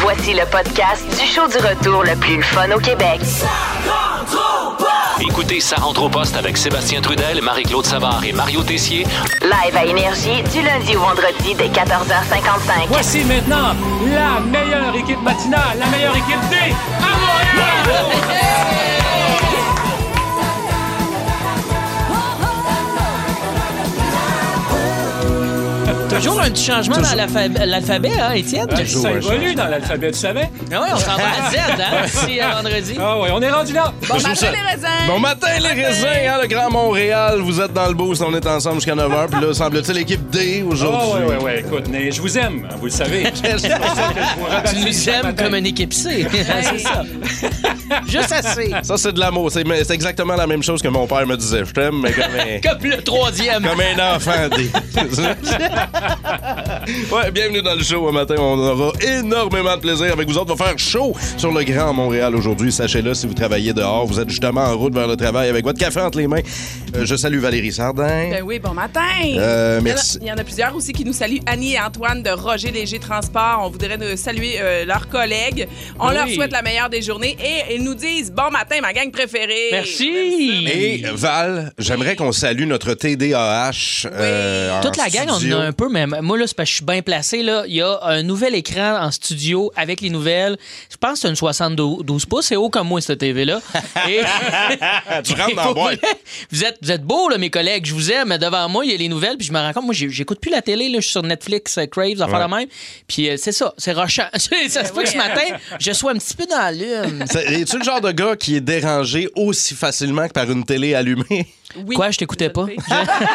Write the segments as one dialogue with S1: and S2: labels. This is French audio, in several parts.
S1: Voici le podcast du show du retour le plus fun au Québec.
S2: Écoutez Ça rentre au poste avec Sébastien Trudel, Marie-Claude Savard et Mario Tessier.
S1: Live à Énergie du lundi au vendredi dès 14h55.
S3: Voici maintenant la meilleure équipe matinale, la meilleure équipe D à Montréal!
S4: Toujours un petit changement dans l'alpha- l'alphabet, hein, Étienne?
S3: Ah, Ça évolue dans l'alphabet, tu savais?
S4: Ah ouais, on s'en va à Z, hein, d'ici à vendredi.
S3: Ah ouais, on est rendu là!
S5: Bon matin,
S6: ça-
S5: les raisins!
S6: Bon matin, les raisins, hein, le Grand Montréal. Vous êtes dans le boost, on est ensemble jusqu'à 9h. Puis là, semble-t-il, l'équipe D
S3: Ah
S6: aujourd'hui.
S3: ouais, ouais, ouais, écoute, mais je vous aime, hein, vous le savez.
S4: Tu nous aimes comme une équipe C. C'est ça. Juste assez.
S6: Ça, c'est de l'amour. C'est mais c'est exactement la même chose que mon père me disait. Je t'aime, mais comme un...
S4: Comme le troisième.
S6: Comme un enfant, D. ouais, bienvenue dans le show. Un matin, on aura énormément de plaisir avec vous autres. On va faire chaud sur le Grand Montréal aujourd'hui. Sachez-le, si vous travaillez dehors, vous êtes justement en route vers le travail avec votre café entre les mains. Euh, je salue Valérie Sardin.
S5: Ben oui, bon matin!
S6: Euh, merci.
S5: Il y en a plusieurs aussi qui nous saluent. Annie et Antoine de Roger Léger Transport. On voudrait nous saluer euh, leurs collègues. On
S4: Ben Oui.
S5: leur souhaite la meilleure des journées et ils nous disent bon matin, ma gang préférée.
S4: Merci.
S6: Et Val, j'aimerais qu'on salue notre TDAH. euh, en
S4: Toute la gang, on en
S6: studio.
S4: a un peu, mais moi, là, c'est parce que je suis bien placé. Là. Il y a un nouvel écran en studio avec les nouvelles. Je pense que c'est une 72 pouces. C'est haut comme moi, cette TV-là. Et...
S6: Ah, Tu rentres dans la boîte.
S4: vous êtes, vous êtes beaux, là, mes collègues. Je vous aime. Mais devant moi, il y a les nouvelles. Puis je me rends compte, moi, j'ai- j'écoute plus la télé. Là. Je suis sur Netflix, euh, Craves, affaire de même. Puis euh, c'est ça, c'est rochant. C'est- ça se fait que ce matin, je sois un petit peu dans la lune.
S6: C'est- Es-tu le genre de gars qui est dérangé aussi facilement que par une télé allumée?
S5: Oui.
S4: Quoi, je t'écoutais pas?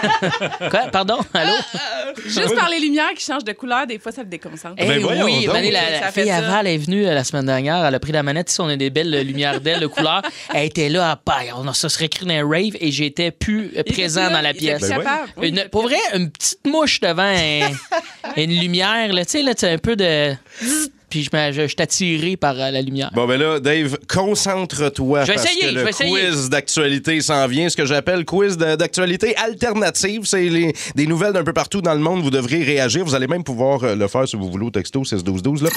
S4: Quoi? Pardon? Allô?
S5: Juste par les lumières qui changent de couleur, des fois, ça le déconcentre.
S4: Eh
S6: Ben voyons
S4: oui,
S6: donc.
S4: Mané, la,
S5: Ça
S4: la
S5: fait
S4: fille
S5: ça.
S4: Aval est venue euh, la semaine dernière. Elle a pris la manette. Ici, on a des belles euh, lumières d'elle, de couleur. Elle était là à paille. On se serait cru dans un rave et j'étais plus euh,
S5: Il était
S4: présent
S5: plus là,
S4: dans la
S5: il était
S6: Ben
S4: pièce. Ben
S5: plus capable. Oui.
S4: Une- pour vrai, une petite mouche devant un- une lumière. Là, tu sais, là, tu as un peu de... Puis je, me- je, je suis attiré par euh, la lumière.
S6: Bon, ben là, Dave, concentre-toi.
S4: Je vais
S6: parce
S4: essayer,
S6: que
S4: je
S6: le
S4: vais essayer.
S6: quiz d'actualité s'en vient. Ce que j'appelle quiz de- d'actualité alternative. C'est les- des nouvelles d'un peu partout dans le monde. Vous devrez réagir. Vous allez même pouvoir euh, le faire si vous voulez au texto 6-12-12. Là.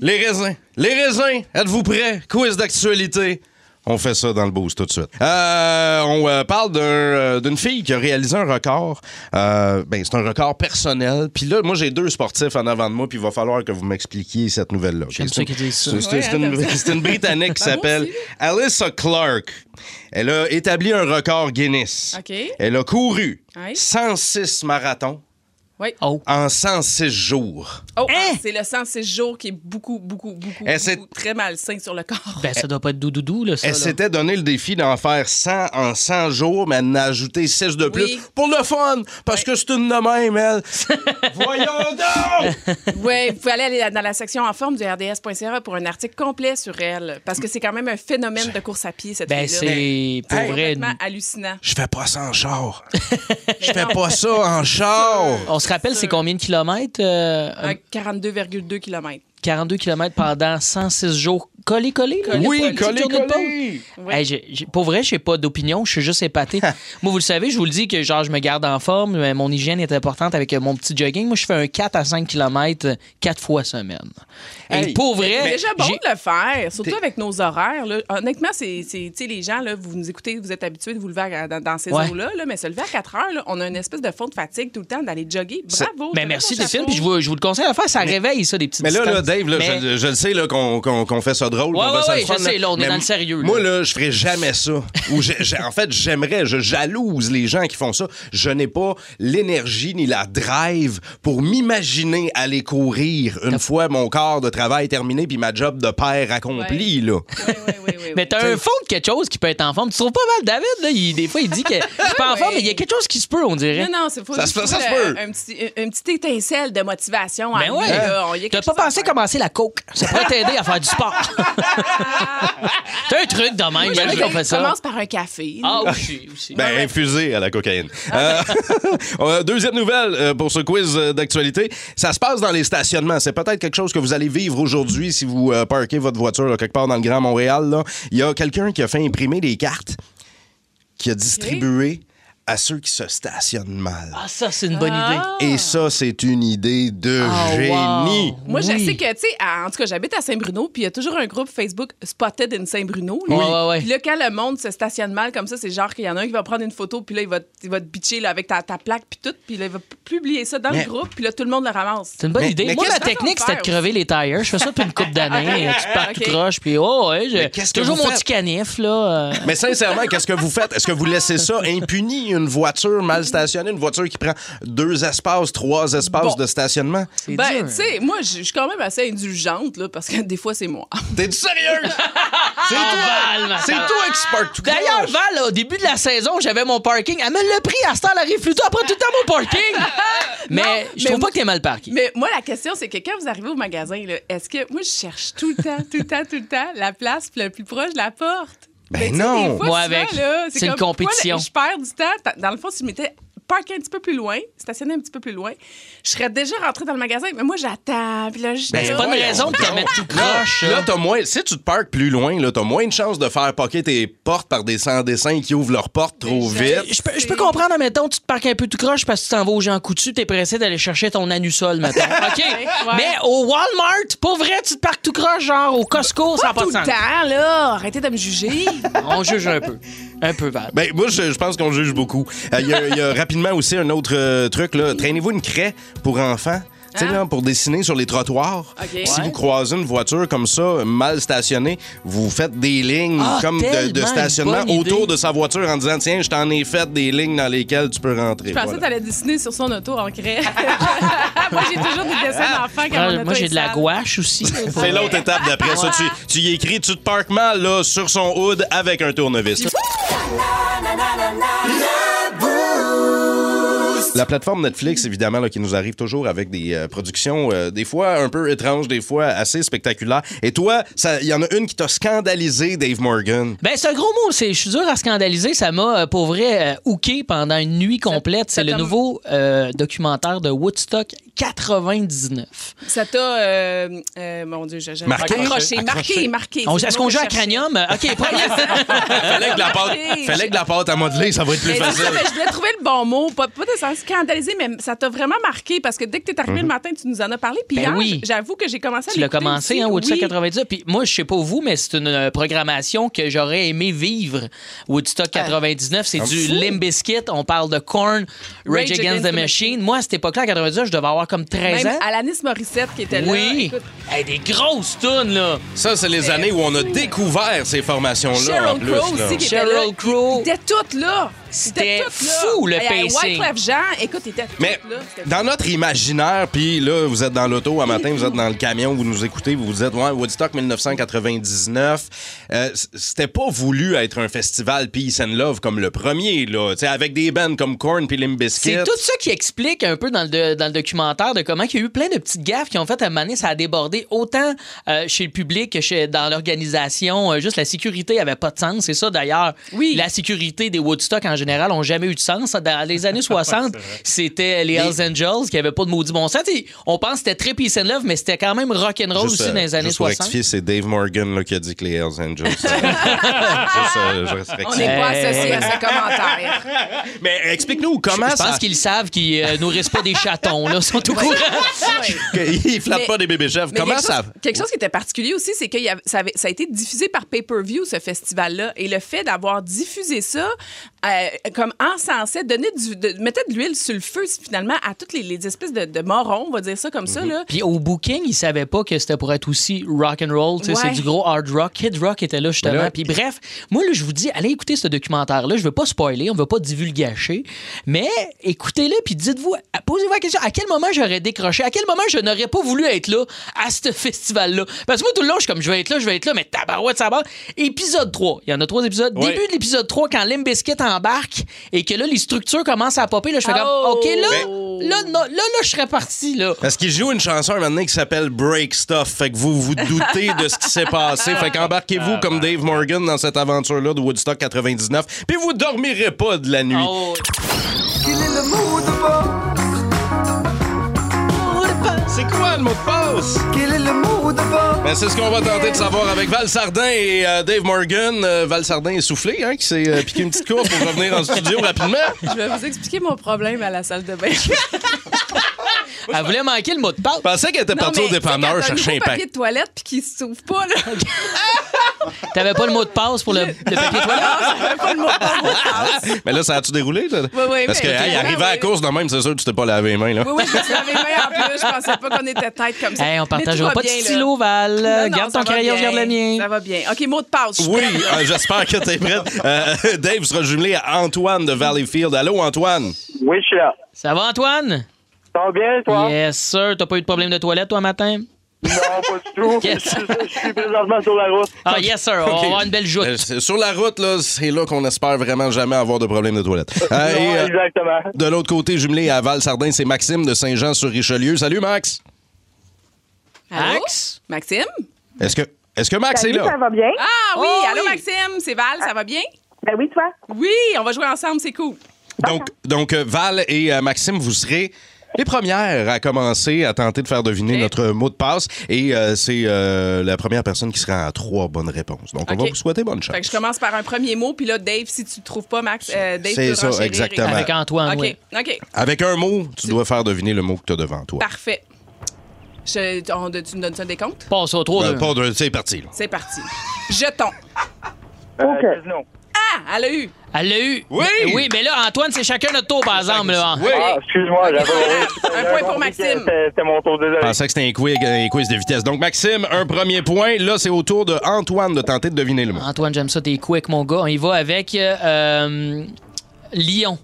S6: Les raisins. Les raisins. Êtes-vous prêts? Quiz d'actualité. On fait ça dans le boost tout de suite. Euh, on euh, parle d'un, euh, d'une fille qui a réalisé un record. Euh, ben, c'est un record personnel. Puis là, moi, j'ai deux sportifs en avant de moi, puis il va falloir que vous m'expliquiez cette nouvelle-là.
S4: J'aime
S6: Ok,
S4: ça
S6: c'est-
S4: qu'ils disent ça. Ben,
S6: c'est- c'est- c'est une, c'est une Britannique qui s'appelle Alyssa Clark. Elle a établi un record Guinness.
S5: OK.
S6: Elle a couru
S5: Ouais.
S6: 106 marathons
S5: Oui.
S4: Oh.
S6: en 106 jours.
S5: Oh,
S4: hein?
S5: ah, c'est le 106 jours qui est beaucoup, beaucoup, beaucoup,
S6: Eh, c'est-
S5: beaucoup très malsain sur le corps.
S4: Ben, ça doit pas être doudoudou, là, ça.
S6: Elle
S4: là.
S6: s'était donné le défi d'en faire 100 en 100 jours, mais elle en a ajouté 6 de plus
S5: Oui.
S6: pour le fun, parce que c'est une de même, elle. Voyons donc!
S5: Oui, vous pouvez aller- aller dans la section en forme du RDS.ca E pour un article complet sur elle, parce que c'est quand même un phénomène de course à pied, cette
S4: Ben,
S5: fille-là.
S4: c'est pour
S5: C'est
S4: vrai...
S5: complètement hallucinant.
S6: Je fais pas ça en char. Je fais pas ça en char.
S4: On se rappelle, c'est combien de kilomètres? euh, un-
S5: Un 42,2 km.
S4: 42 km pendant 106 jours. Collé, collé? là, euh, il y a
S6: Oui,
S4: pas une
S6: collé,
S4: petite journée de
S6: collé.
S4: pause? Hey, j'ai- j'ai- pour vrai, j'ai pas d'opinion, je suis juste épaté. Moi, vous le savez, je vous le dis que genre, je me garde en forme, mais mon hygiène est importante avec euh, mon petit jogging. Moi, je fais un 4 à 5 km 4 fois semaine. Et
S6: Hey,
S4: pour vrai.
S5: C'est déjà bon
S4: Eh, j'ai-
S5: de le faire, surtout avec nos horaires. là. Honnêtement, c'est, c'est- tu sais, les gens, là, vous nous écoutez, vous êtes habitués de vous lever à- dans, dans ces
S4: Ouais.
S5: eaux-là, là, mais se lever à 4 heures, là, on a une espèce de fond de fatigue tout le temps d'aller jogger. Bravo!
S4: Mais
S5: bravo,
S4: ben, merci,
S5: chapeau.
S4: Décile, puis je vous, je vous le conseille à faire, ça réveille, ça, des petites
S6: Mais là, là
S4: distances.
S6: Dave, là,
S4: Mais-
S6: je, je le sais là, qu'on, qu'on- qu'on fait ça drôle.
S4: Ouais,
S6: qu'on fait
S4: ouais,
S6: ça le
S4: ouais, je sais, là, on est
S6: mais
S4: dans le sérieux,
S6: Moi,
S4: là.
S6: là, je ferais jamais ça. Ou j'ai- j'ai- en fait, j'aimerais, je jalouse les gens qui font ça. Je n'ai pas l'énergie ni la drive pour m'imaginer aller courir une fois mon corps de travail terminé puis ma job de père accomplie. Là.
S5: Oui, oui, oui, oui, oui.
S4: Mais t'as un fond de quelque chose qui peut être en forme. Tu trouves pas mal David, là? il- des fois, il dit que c'est pas en forme, mais il y a quelque chose qui se peut, on dirait.
S5: Non, non, c'est faut
S6: Ça
S5: juste
S6: se peut, ça se
S5: trouver
S6: peut.
S5: Un, un petit, un, une petite étincelle de motivation.
S4: Ben
S5: en
S4: ouais.
S5: nous, là. On Ah, y a quelque
S4: T'as pas
S5: chose à
S4: pensé
S5: faire.
S4: commencer la coke. Ça pourrait t'aider à faire du sport. T'as un truc de même. Il y en a qui ont fait ça.
S5: commence par un café.
S4: Ah, ben. aussi, aussi.
S6: Ben, infusé à la cocaïne. Euh, euh, deuxième nouvelle euh, pour ce quiz euh, d'actualité. Ça se passe dans les stationnements. C'est peut-être quelque chose que vous allez vivre aujourd'hui si vous euh, parquez votre voiture là, quelque part dans le Grand Montréal. là. Il y a quelqu'un qui a fait imprimer des cartes, qui a distribué à ceux qui se stationnent mal.
S4: Ah, ça, c'est une bonne idée.
S6: Et ça, c'est une idée de
S4: Ah, wow.
S6: génie.
S5: Moi,
S4: Oui.
S5: je sais que, tu sais, à- en tout cas, j'habite à Saint-Bruno, puis il y a toujours un groupe Facebook Spotted in Saint-Bruno. là.
S4: Ouais, ouais, ouais.
S5: Puis là, quand le monde se stationne mal comme ça, c'est genre qu'il y en a un qui va prendre une photo, puis là, il va, t- il va te bitcher là, avec ta, ta plaque, puis tout, puis là, il va p- publier ça dans
S6: Mais-
S5: le groupe, puis là, tout le monde le ramasse.
S4: C'est une bonne
S6: Mais-
S4: idée.
S6: mais
S4: Moi,
S6: qu'est-ce
S4: ma
S5: que-
S4: technique, c'était de
S5: faire?
S4: crever les tires. Je fais ça depuis une couple d'années. hein, Tu pars
S5: Ok.
S4: tout croche, puis oh, ouais, j'ai
S6: Mais qu'est-ce que
S4: toujours
S6: vous
S4: mon
S6: faites?
S4: petit canif, là. euh.
S6: Mais sincèrement, qu'est-ce que vous faites? Est-ce que vous laissez ça impuni, une voiture mal stationnée, une voiture qui prend deux espaces, trois espaces
S5: Bon.
S6: de stationnement?
S4: C'est
S5: Ben,
S4: dur.
S5: tu sais, moi, je je suis quand même assez indulgente, là, parce que des fois, c'est moi.
S6: T'es sérieuse? C'est
S4: Ah, Val,
S6: toi!
S4: ma
S6: C'est
S4: sœur.
S6: toi qui se porte tout
S4: D'ailleurs,
S6: croche.
S4: Val, au début de la saison, j'avais mon parking. Elle me l'a pris à ce temps, elle arrive plus tôt. Elle prend tout le temps mon parking. Mais je
S5: mais
S4: trouve pas
S5: moi-
S4: que t'es mal parké.
S5: Mais moi, la question, c'est que quand vous arrivez au magasin, là, est-ce que moi, je cherche tout le temps, tout le temps, tout le temps la place le plus proche de la porte?
S6: Ben
S5: tu sais,
S6: non.
S5: des fois,
S4: Moi,
S5: souvent,
S4: avec.
S5: là,
S4: C'est une
S5: comme,
S4: compétition.
S5: pourquoi Je perds du temps. Ta- Dans le fond, si je m'étais parké un petit peu plus loin, stationné un petit peu plus loin, je serais déjà rentrée dans le magasin. Mais moi, j'attends. Puis là, je.
S6: Ben,
S4: C'est pas une
S6: voyons
S4: raison de te
S6: donc.
S4: mettre tout
S6: Là,
S4: croche. euh.
S6: là,
S4: là.
S6: t'as moins. Si tu te parques plus loin, là, t'as moins de chances de faire poquer tes portes par des sans-dessins qui ouvrent leurs portes trop
S5: Déjà.
S6: vite.
S4: Je peux, je peux comprendre, admettons, tu te parques un peu tout croche parce que tu t'en vas aux gens coutus, t'es pressé d'aller chercher ton anusol, mettons. OK? Mais au Walmart, pour vrai, tu te parques tout croche, genre au Costco, ça n'a
S5: Pas
S4: pas
S5: tout
S4: de
S5: le
S4: sens.
S5: temps, là. Arrêtez de me juger.
S4: On juge un peu. Un peu, Val.
S6: Ben, moi, je, je pense qu'on juge beaucoup. Euh, Il y a- il y, a rapidement aussi un autre euh, truc. là. Traînez-vous une craie pour enfants. Tu sais,
S5: Hein?
S6: là, pour dessiner sur les trottoirs.
S5: Ok.
S6: Si
S5: Ouais.
S6: vous croisez une voiture comme ça, mal stationnée, vous faites des lignes
S4: Ah,
S6: comme de- de,
S4: tellement une
S6: stationnement
S4: bonne idée.
S6: autour de sa voiture en disant Tiens, je t'en ai fait des lignes dans lesquelles tu peux rentrer.
S5: Je pensais
S6: Voilà.
S5: que t'allais dessiner sur son auto en craie. moi, j'ai toujours des dessins d'enfants quand mon auto
S4: Moi, j'ai
S5: est
S4: de la
S5: sale.
S4: gouache aussi.
S6: C'est l'autre étape d'après ça. Tu, tu y écris, tu te parques mal là, sur son hood avec un tournevis. La plateforme Netflix, évidemment, là, qui nous arrive toujours avec des euh, productions, euh, des fois un peu étranges, des fois assez spectaculaires. Et toi, ça- il y en a une qui t'a scandalisé, Dave Morgan.
S4: Ben, c'est un gros mot. C'est, je suis dur à scandaliser. Ça m'a, euh, pour vrai, euh, hooké pendant une nuit complète.
S5: ça
S4: C'est le
S5: t'a-
S4: nouveau euh, documentaire de Woodstock 99.
S5: Ça t'a. euh, euh, mon Dieu, j'ai
S6: Marqué?
S5: Accroché, marqué, marqué.
S4: On-
S5: C'est
S4: est-ce
S5: le mot
S4: qu'on joue à
S5: que je cherchais.
S4: Cranium? Euh, OK, première...
S6: Fallait que la pâte,
S5: Hey.
S6: fallait que la pâte à modeler, ça va être plus
S5: Ah, Mais c'est ça,
S6: facile.
S5: mais je voulais trouver le bon mot. Pas, pas de sens scandalisé, mais ça t'a vraiment marqué parce que dès que t'es
S6: Mhm.
S5: arrivé le matin, tu nous en as parlé. Puis
S4: Ben
S5: hier,
S4: oui.
S5: j'avoue que j'ai commencé à
S4: Tu l'as
S5: l'écouter
S4: commencé,
S5: aussi.
S4: hein, Woodstock
S5: Oui.
S4: 99. Puis moi, je sais pas vous, mais c'est une euh, programmation que j'aurais aimé vivre.
S5: Euh,
S4: Woodstock 99, c'est du Limp Bizkit. On parle de Korn, Rage, Against, the Machine. Moi, à cette époque-là, en 99, je devais avoir comme 13
S5: Même
S4: ans.
S5: Alanis Morissette qui était là.
S4: Oui.
S5: Écoute,
S4: Hey, des grosses tunes, là.
S6: Ça, c'est les années où on a découvert ces formations-là, en
S5: Sheryl
S6: plus.
S5: Crow
S6: là.
S5: aussi qui était
S4: Sheryl
S5: là.
S4: Crow.
S5: Ils étaient toutes là. Ils étaient
S4: C'était
S5: toutes là.
S4: fou, le
S5: Hey, hey,
S4: pacing.
S5: Wyclef Jean, écoute, ils étaient toutes
S6: Mais
S5: là. C'était
S6: dans notre imaginaire, puis là, vous êtes dans l'auto un matin, vous êtes dans le camion, vous nous écoutez, vous vous dites, ouais, Woodstock 1999, euh, c- c'était pas voulu être un festival Peace and Love comme le premier, là, tu sais, avec des bands comme Korn puis Limp Bizkit.
S4: C'est tout ça qui explique un peu dans le, do- dans le documentaire de comment il y a eu plein de petites gaffes qui ont fait à un moment donné, ça a débordé autant euh, chez le public que chez, dans l'organisation. Euh, juste la sécurité avait pas de sens. C'est ça d'ailleurs.
S5: Oui.
S4: La sécurité des Woodstock en général ont jamais eu de sens. Dans les années 60, c'était les Hells Angels qui avaient pas de maudit bon sens. T'sais, on pense que c'était très peace and love, mais c'était quand même rock'n'roll aussi
S6: Juste, euh,
S4: dans les années
S6: juste pour
S4: 60.
S6: rectifier, c'est Dave Morgan là, qui a dit que les Hells Angels. euh, juste, euh, je rectifie.
S5: On n'est pas
S4: Hey.
S5: associés à ce commentaire.
S6: Mais explique-nous comment
S4: Je
S6: ça.
S4: pense qu'ils savent qu'ils euh, nourrissent pas des chatons, là, Ils sont au courant.
S5: Oui.
S6: Ils flattent
S5: Mais-
S6: pas des bébés chefs.
S5: Mais
S6: Comment
S5: quelque
S6: ça.
S5: Chose, quelque chose qui était particulier aussi, c'est que il y avait- ça, avait- ça a été diffusé par pay-per-view, ce festival-là. Et le fait d'avoir diffusé ça, euh, comme encensait, donnait du, de- mettait de l'huile sur le feu, finalement, à toutes les, les espèces de, de morons, on va dire ça comme
S6: Mm-hmm.
S5: ça. Là.
S4: Puis au booking, ils savaient pas que c'était pour être aussi rock and roll, tu sais,
S5: Ouais.
S4: c'est du gros hard rock. Kid Rock était là justement.
S6: Mais là-
S4: Puis bref, moi là, je vous dis, allez écouter ce documentaire là. Je veux pas spoiler, on veut pas divulgacher, mais écoutez-le puis dites-vous, posez-vous la question, à quel moment j'aurais décroché, à quel moment je n'aurais pas voulu être là à ce festival là. Parce que moi tout le long, je suis comme, je vais être là, je vais être là, mais tabarouette ça va. Épisode 3, il y en a trois épisodes.
S6: Ouais.
S4: Début de l'épisode 3 quand Limp Bizkit embarque et que là les structures commencent à popper là, je fais comme,
S5: Oh!
S4: ok là,
S5: Mais-
S4: là, non, là, là, je serais parti là.
S6: Parce qu'il joue une chanson maintenant qui s'appelle Break Stuff. Fait que vous vous doutez de ce qui s'est passé. Fait qu'embarquez-vous comme
S5: Ah,
S6: Dave Morgan dans cette aventure-là de Woodstock 99. Puis vous dormirez pas de la nuit.
S5: Oh,
S4: Oh.
S6: C'est quoi le mot de passe?
S7: Quel est le mot de bas?
S6: Ben, c'est ce qu'on va tenter de savoir avec Val Sardin et euh, Dave Morgan. Euh, Val Sardin est soufflé, hein, qui s'est euh, piqué une petite course pour revenir en studio rapidement.
S5: Je vais vous expliquer mon problème à la salle de bain.
S4: Elle voulait manquer le mot de passe.
S6: Je pensais qu'elle était partie au dépanneur chercher
S5: un
S6: un pain.
S5: papier de toilette puis qui s'ouvre pas là.
S4: T'avais pas le mot de passe pour le, le papier toilette?
S5: Non, j'avais pas le mot de passe.
S6: Mais là, ça a-tu déroulé? ça?
S5: oui,
S6: Parce que,
S5: mais-
S6: hey,
S5: Ah,
S6: arrivé
S5: oui.
S6: à la course de même, c'est sûr que tu t'es pas lavé les mains. Là.
S5: Oui, oui, je me suis lavé les mains en plus. Je pensais pas qu'on était tête comme ça.
S4: Hey, on
S5: Mais tout
S4: partagera
S5: va
S4: pas de
S5: bien, là.
S4: stylo, Val.
S5: Non, non,
S4: garde
S5: ça
S4: ton
S5: va
S4: crayon, je
S5: bien.
S4: garde le
S5: Ça
S4: mien.
S5: va bien. OK, mot de passe. je
S6: Oui, euh, j'espère que t'es prête. Euh, Dave sera jumelé à Antoine de Valleyfield. Allô, Antoine?
S8: Oui, je suis là.
S4: Ça va, Antoine?
S8: Ça va bien, toi?
S4: Yes, sir. T'as pas eu de problème de toilette, toi, matin?
S8: Non, pas du tout.
S4: Yes.
S8: je, suis- je suis présentement sur la route.
S4: Ah, yes, sir. On va avoir une belle joute.
S6: Euh, c'est- sur la route, là, c'est là qu'on espère vraiment jamais avoir de problème de toilette. Euh,
S8: Non,
S6: et, euh,
S8: exactement.
S6: de l'autre côté, jumelé à Val-Sardin, c'est Maxime de Saint-Jean-sur-Richelieu. Salut, Max!
S5: Allô?
S4: Max?
S5: Maxime?
S6: Est-ce que, est-ce que Max est
S9: Salut, ça
S6: là?
S9: va bien?
S5: Ah oui,
S4: Oh,
S5: allô
S4: oui.
S5: Maxime, c'est Val, ça va bien?
S9: Ben oui, toi?
S5: Oui, on va jouer ensemble, c'est cool.
S6: Donc, donc euh, Val et euh, Maxime, vous serez les premières à commencer à tenter de faire deviner
S5: Ok.
S6: notre mot de passe. Et euh, c'est euh, la première personne qui sera à trois bonnes réponses. Donc, on
S5: Ok.
S6: va vous souhaiter bonne chance.
S5: Fait que je commence par un premier mot, puis là, Dave, si tu ne trouves pas, Max, euh, Dave
S6: C'est
S5: peut
S6: ça,
S5: renchérir et-
S6: exactement.
S4: Avec Antoine,
S5: OK,
S4: oui.
S5: OK,
S6: Avec un mot, tu dois faire deviner le mot que tu as devant toi.
S5: parfait. Je- on- tu me donnes ça des comptes?
S4: Passe au 3
S6: Ben, pas de- c'est parti. là.
S5: C'est parti. Jeton.
S8: Euh, Casino.
S5: Ah, elle a eu.
S4: Elle l'a eu.
S6: Oui!
S4: Mais- Oui, mais là, Antoine, c'est chacun notre tour, par exemple. là.
S8: Ah, excuse-moi, j'avais.
S5: Un point pour Maxime.
S8: C'était c'était mon tour, désolé.
S6: Je pensais que c'était un quiz, un quiz de vitesse. Donc, Maxime, un premier point. Là, c'est au tour de Antoine de tenter de deviner le mot.
S4: Antoine, j'aime ça, t'es quick, mon gars. On y va avec euh, euh, Lyon.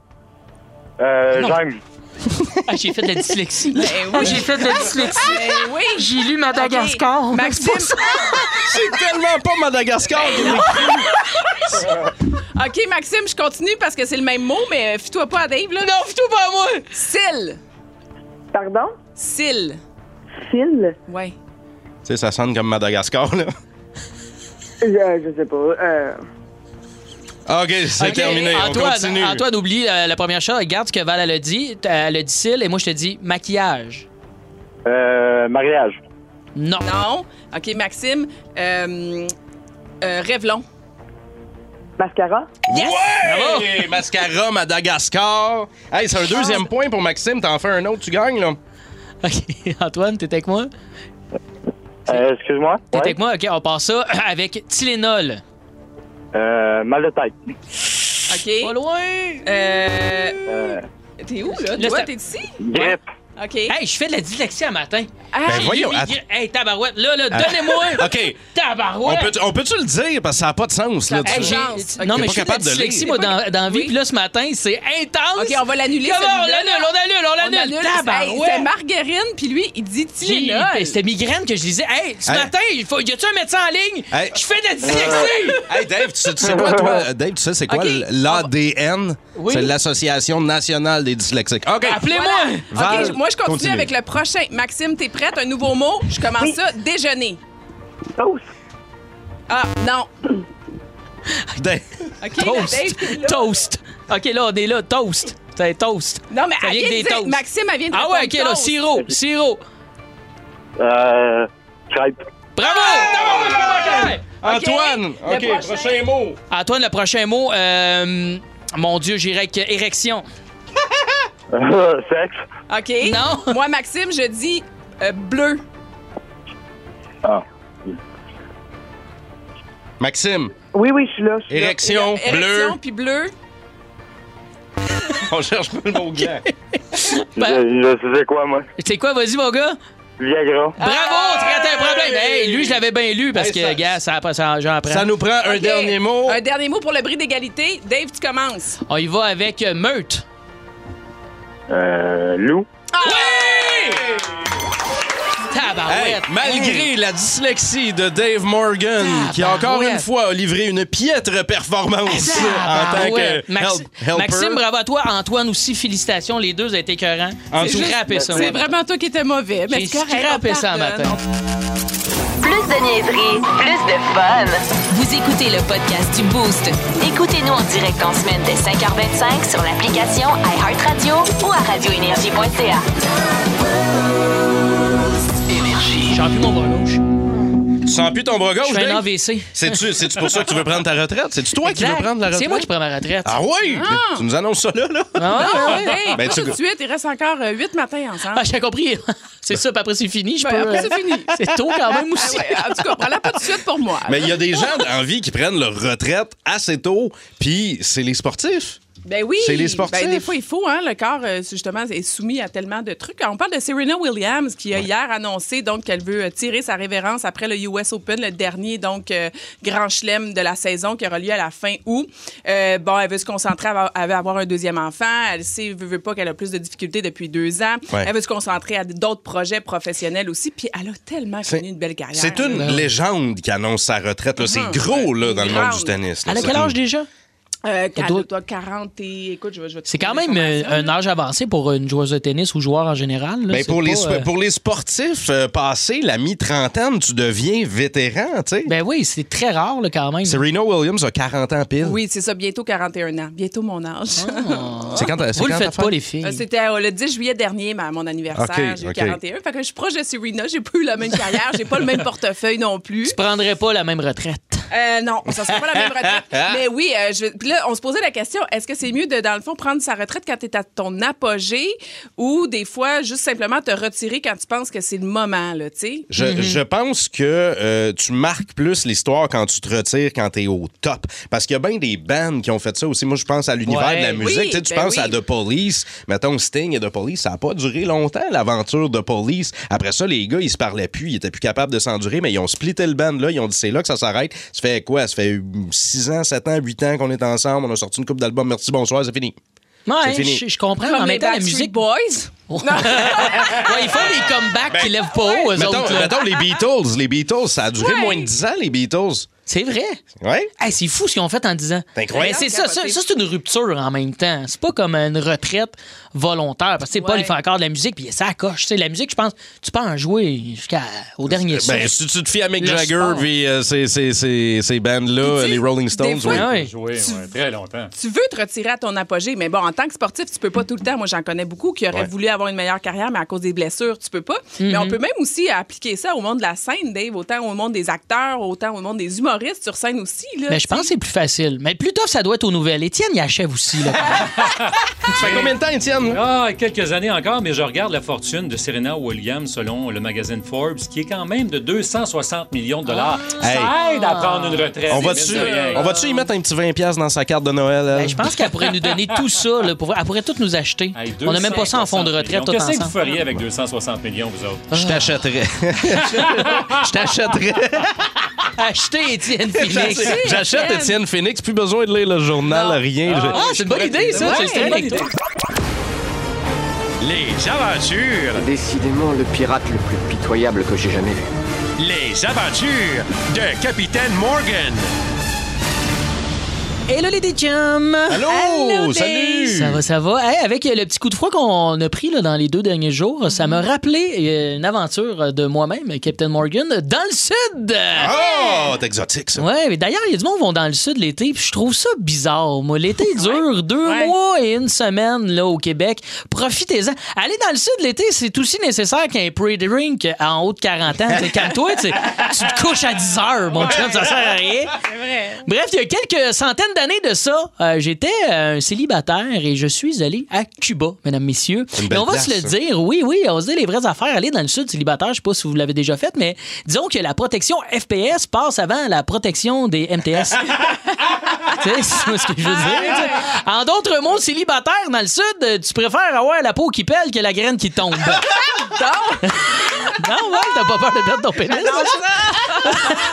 S8: Euh,
S4: Non.
S8: Jungle.
S4: Ah, j'ai fait de la dyslexie.
S5: Ben
S4: Ah,
S5: oui.
S4: j'ai fait de la dyslexie.
S5: Ben oui.
S4: J'ai lu
S5: Madagascar.
S4: Madagascar.
S5: Maxime.
S6: C'est tellement pas Madagascar.
S5: OK, Maxime, je continue parce que c'est le même mot, mais euh, fie-toi pas à Dave, là.
S4: Non, fous-toi pas à moi.
S5: Cil.
S9: Pardon?
S5: Cil.
S9: Phil?
S5: Ouais.
S6: Tu sais, ça sonne comme Madagascar, là.
S9: Euh, je sais pas. Euh,
S6: OK, c'est
S4: Ok,
S6: terminé.
S4: Antoine,
S6: On continue.
S4: Antoine, oublie euh, la première chose. Regarde ce que Val elle a dit. Euh, Elle a dit cils et moi, je te dis maquillage.
S8: Euh, mariage.
S4: Non.
S5: Non. OK, Maxime. Euh, euh, Revlon.
S9: mascara?
S6: Ouais! Mascara, Madagascar. Hey, c'est un deuxième point pour Maxime. T'en fais un autre, tu gagnes, là.
S4: OK, Antoine, t'es avec moi?
S8: Euh, excuse-moi.
S4: T'es
S8: Ouais.
S4: avec moi? OK, on part ça avec Tylenol.
S8: Euh, mal de tête.
S4: Pas
S5: OK.
S4: loin.
S5: Euh,
S8: Euh,
S5: t'es où, là?
S4: Là,
S5: Toi,
S4: ça-
S5: t'es ici?
S8: grippe.
S5: OK.
S4: Hey, je fais de la dyslexie un matin.
S5: Ah,
S6: Ben, voyons,
S4: Lui,
S6: att- Ah.
S4: il- Hey, tabarouette, là, là, donnez-moi.
S6: OK. On
S4: Tabarouette.
S6: peut- on peut-tu le dire? Parce que ça n'a pas de sens, là.
S5: Ça-
S6: tu-
S4: Hey, j'ai-
S5: Chance.
S4: Non,
S6: T'es
S4: mais
S6: pas
S4: je suis de la
S6: capable de
S4: dyslexie,
S6: lire.
S4: moi, dans, dans la vie.
S5: Oui.
S4: Puis là, ce matin, c'est intense.
S5: OK, on va l'annuler,
S4: Comment on
S5: celui-là,
S4: l'annule,
S5: là?
S4: on annule, on
S5: On
S4: l'annule.
S5: annule. Hey,
S4: Tabarouette.
S5: C'était Margarine, puis lui, il dit
S4: J'ai- Ah,
S5: Tylenol.
S4: C'était migraine que je disais. Hey, ce
S6: Hey.
S4: matin, il faut... y a-tu un médecin en ligne?
S6: Hey.
S4: Je fais de la dyslexie.
S6: Hey Dave, tu sais, tu sais quoi, toi? euh, Dave, tu sais, c'est quoi
S5: Ok.
S6: l'ADN?
S4: Oui.
S6: C'est l'Association nationale des dyslexiques. OK.
S4: Appelez-moi.
S5: Voilà. OK,
S6: Val,
S5: je- moi, je continue,
S6: continue.
S5: avec le prochain. Maxime, t'es prête? Un nouveau mot? Je commence ça. Déjeuner.
S9: Toast?
S5: Ah, non.
S6: Dave-
S5: OK, là, Dave,
S4: Toast.
S5: là.
S4: Toast. OK, là, on est là. Toast. C'est toast.
S5: Non, mais
S4: Ça
S5: elle
S4: vient
S5: vient
S4: des
S5: de dire,
S4: toasts.
S5: Maxime, elle vient de
S4: Ah ouais, OK,
S5: répondre
S4: là,
S5: toast.
S4: sirop. Sirop.
S8: Euh, crêpe.
S4: Bravo!
S6: Antoine!
S5: Le
S6: OK,
S5: prochain.
S6: prochain mot.
S4: Antoine, le prochain mot. euh, Mon Dieu, j'irai avec érection.
S8: Euh, sexe.
S5: OK.
S4: Non.
S5: Moi, Maxime, je dis euh, bleu.
S8: Ah.
S6: Maxime,
S9: Oui, oui, je suis là. je suis là.
S6: érection,
S5: Euh, Érection,
S6: bleu.
S5: puis bleu.
S6: On cherche pas le mot gland.
S8: Je, je sais quoi, moi.
S4: Tu sais quoi, vas-y, mon gars?
S8: Viagra.
S4: Bravo! Tu as un problème! Ah! Hey, lui, je l'avais bien lu parce
S6: Hey,
S4: que,
S6: ça-
S4: gars, ça, après, ça, j'en apprends.
S6: Ça nous prend un
S5: OK.
S6: dernier mot.
S5: Un dernier mot pour le bris d'égalité. Dave, tu commences.
S4: On y va avec euh, meute.
S8: Euh, loup.
S4: Ah!
S6: Hey,
S4: Tabarouette.
S6: malgré la dyslexie de Dave Morgan, qui encore
S4: Tabarouette.
S6: une fois a livré une piètre performance en tant que
S4: Tabarouette. Maxi-
S6: help- helper.
S4: Maxime, bravo à toi. Antoine aussi, félicitations. Les deux ont été écœurants.
S6: En
S4: J'ai
S6: tout-
S4: scrappé ça. moi.
S5: C'est vraiment toi qui étais mauvais. Mais
S4: J'ai
S5: c'est correct,
S4: scrappé
S5: on
S4: ça un
S5: pardonne.
S4: matin.
S1: Plus de niaiserie, plus de fun.
S10: Vous écoutez le podcast du Boost.
S1: Écoutez-nous en direct en semaine dès 5h25 sur l'application iHeartRadio ou à radioénergie.ca.
S4: Je sens plus mon bras gauche.
S6: Tu sens plus ton bras gauche,
S4: Je fais un
S6: Dave?
S4: AVC.
S6: C'est-tu c'est-tu pour ça que tu veux prendre ta retraite? C'est-tu toi qui
S4: Exact.
S6: veux prendre la retraite?
S4: C'est moi qui prends ma retraite.
S6: Ah oui? Tu nous annonces ça là, là?
S4: Ah, ouais, ouais.
S5: Hey,
S6: Ben,
S5: pas
S6: tu-
S5: tout de suite, il reste encore euh, huit matins ensemble.
S4: Ah, j'ai compris. c'est ça, puis après, c'est fini. Je
S5: Ben,
S4: peux... euh,
S5: après, c'est fini. Ah,
S4: C'est tôt quand même aussi.
S5: Ouais, en tout cas, prends-la pas tout de suite pour moi.
S6: Mais il y a des gens en vie qui prennent leur retraite assez tôt, puis c'est les sportifs.
S5: Ben oui.
S6: C'est les sportifs.
S5: Ben, des fois, il faut, hein, le corps, euh, justement, est soumis à tellement de trucs. Ah, On parle de Serena Williams qui a hier annoncé donc qu'elle veut euh, tirer sa révérence après le US Open, le dernier donc euh, grand chelem de la saison qui aura lieu à la fin août. Euh, bon, elle veut se concentrer à avoir- à avoir un deuxième enfant. Elle sait, veut, veut pas qu'elle a plus de difficultés depuis deux ans.
S6: Ouais.
S5: Elle veut se concentrer à d'autres projets professionnels aussi. Puis elle a tellement
S6: C'est-
S5: connu une belle carrière.
S6: C'est une légende qui annonce sa retraite. là. C'est
S5: Mhm.
S6: gros là, dans le monde
S5: Grande.
S6: du tennis. là.
S4: Elle a
S6: C'est
S4: Ah. quel
S6: une-
S4: âge déjà?
S5: Euh,
S4: Ça
S5: elle
S4: doit-
S5: doit 40 et... Écoute, je vais, je vais te
S4: C'est quand
S5: trouver
S4: même euh,
S5: l'information,
S4: un
S5: là.
S4: âge avancé pour une joueuse de tennis ou joueur en général. là.
S6: Ben,
S4: C'est
S6: pour, les,
S4: pas,
S6: sp-
S4: euh,
S6: pour les sportifs euh, passés, la mi-trentaine, tu deviens vétéran, tu sais.
S4: Ben oui, c'est très rare là, quand même.
S6: Serena Williams a 40 ans pile.
S5: Oui, c'est ça, bientôt 41 ans, bientôt mon âge.
S4: Ah.
S6: C'est quand c'est
S4: Vous le
S6: quand
S4: faites
S6: t'as fait?
S4: pas, les filles.
S5: Euh, C'était euh, le 10 juillet dernier, ma- mon anniversaire.
S6: Ok,
S5: j'ai
S6: ok.
S5: 41. Fait que je suis proche de Serena. J'ai pas eu la même carrière. J'ai pas le même portefeuille non plus.
S4: Tu prendrais pas la même retraite.
S5: Euh, non, ça serait pas la même retraite. Mais oui, euh, je, puis là, on se posait la question est-ce que c'est mieux de, dans le fond, prendre sa retraite quand t'es à ton apogée ou des fois, juste simplement te retirer quand tu penses que c'est le moment, là, tu sais?
S6: Je, je pense que euh, tu marques plus l'histoire quand tu te retires, quand t'es au top. Parce qu'il y a bien des bands qui ont fait ça aussi. Moi, je pense à l'univers
S4: Ouais.
S6: de la musique.
S5: Oui,
S6: tu sais, tu
S5: ben
S6: penses
S5: oui.
S6: à The Police. Mettons, Sting et The Police, ça n'a pas duré longtemps, l'aventure de Police. Après ça, les gars, ils se parlaient plus. Ils étaient plus capables de s'endurer, mais ils ont splitté le band là. Ils ont dit, c'est là que ça s'arrête. Ça fait quoi? Ça fait 6 ans, 7 ans, 8 ans qu'on est ensemble. On a sorti une coupe d'albums. Merci, bonsoir, c'est fini.
S4: Ouais,
S6: fini.
S4: je, je comprends. mais
S5: Comme
S4: en
S5: les
S4: même temps, la
S5: Backstreet
S4: musique.
S5: Boys.
S4: Ouais, ils font des comebacks qui lèvent pas haut, eux
S6: Ben, Mettons,
S4: autres. là.
S6: mettons les Beatles. Les Beatles, ça a duré
S5: Ouais.
S6: moins de 10 ans, les Beatles.
S4: C'est vrai.
S6: Ouais?
S4: Hey, c'est fou ce qu'ils ont fait en 10 ans.
S6: C'est incroyable.
S4: Mais c'est ça, ça, ça, c'est une rupture en même temps. C'est pas comme une retraite volontaire. Parce que tu sais, Paul,
S5: Ouais.
S4: il fait encore de la musique, puis ça accroche. Tu sais, la musique, je pense, tu peux en jouer jusqu'au dernier
S6: Ben,
S4: souffle.
S6: si tu te fies à Mick
S4: Le
S6: Jagger
S4: sport.
S6: puis euh, ces, ces, ces, ces bands-là,
S5: Puis tu
S6: euh,
S5: sais,
S6: les Rolling
S5: des
S6: Stones,
S5: fois,
S6: oui.
S4: Ouais.
S3: Jouer, ouais, très longtemps.
S5: tu veux te retirer à ton apogée, mais bon, en tant que sportif, tu peux pas tout le temps. Moi, j'en connais beaucoup qui auraient
S6: Ouais.
S5: voulu avoir une meilleure carrière, mais à cause des blessures, tu peux pas. Mais
S4: Mhm.
S5: on peut même aussi appliquer ça au monde de la scène, Dave, autant au monde des acteurs, autant au monde des humoristes sur scène aussi. Là,
S4: Mais je pense que c'est plus facile. Mais plus tough, ça doit être aux nouvelles. Étienne, il achève aussi. Là.
S6: Ça fait combien de temps, Étienne?
S3: Ah, quelques années encore, mais je regarde la fortune de Serena Williams selon le magazine Forbes, qui est quand même de 260 millions de dollars. Ça
S6: Ah! Hey.
S3: aide à prendre une retraite.
S6: On
S3: mine
S6: va-tu
S3: de rien.
S6: on va-tu y mettre un petit 20$ dans sa carte de Noël? elle?
S4: Ben, je pense qu'elle pourrait nous donner tout ça. là, pour... Elle pourrait tout nous acheter.
S3: Hey,
S4: On n'a même pas ça en
S3: 260
S4: fonds de retraite
S3: millions.
S4: tout
S3: Qu'est-ce que vous
S4: ensemble.
S3: feriez avec 260 millions, vous autres?
S6: Je t'achèterais. je t'achèterais.
S4: Acheter Étienne Phoenix.
S6: J'achète
S5: Étienne.
S6: Étienne Phoenix. Plus besoin de lire le journal, rien. Je-
S4: Ah, c'est une bonne idée, ça.
S3: Ouais,
S4: je serais avec
S3: bonne
S4: toi.
S7: Les aventures,
S11: Décidément le pirate le plus pitoyable que j'ai jamais vu.
S7: les aventures de Capitaine Morgan.
S4: Hello, les chums.
S6: Allô? salut!
S4: Ça va, ça va. Hey, avec euh, le petit coup de froid qu'on a pris là, dans les deux derniers jours, ça m'a rappelé euh, une aventure euh, de moi-même, euh, Captain Morgan, dans le sud.
S6: Oh, t'es exotique, ça.
S4: Ouais, mais d'ailleurs, il y a du monde qui vont dans le sud l'été, puis je trouve ça bizarre. Moi, l'été dure deux
S5: Ouais.
S4: mois et une semaine là au Québec. Profitez-en. Aller dans le sud l'été, c'est aussi nécessaire qu'un pre-drink en haut de 40 ans. T'sais, Calme-toi, t'sais, tu te couches à 10 heures, mon chum, ça sert à rien. Bref, il y a quelques centaines d'années de ça, euh, j'étais euh, un célibataire et je suis allé à Cuba, mesdames, messieurs.
S6: une belle
S4: Et on va
S6: place,
S4: se le
S6: ça.
S4: dire, oui, oui, on se dit les vraies affaires. Aller dans le sud célibataire, je sais pas si vous l'avez déjà fait, mais disons que la protection FPS passe avant la protection des MTS. Tu sais, c'est ce que je veux dire. tu sais. En d'autres mots, célibataire dans le sud, euh, tu préfères avoir la peau qui pèle que la graine qui tombe. non, ouais, t'as pas peur de perdre ton pénis.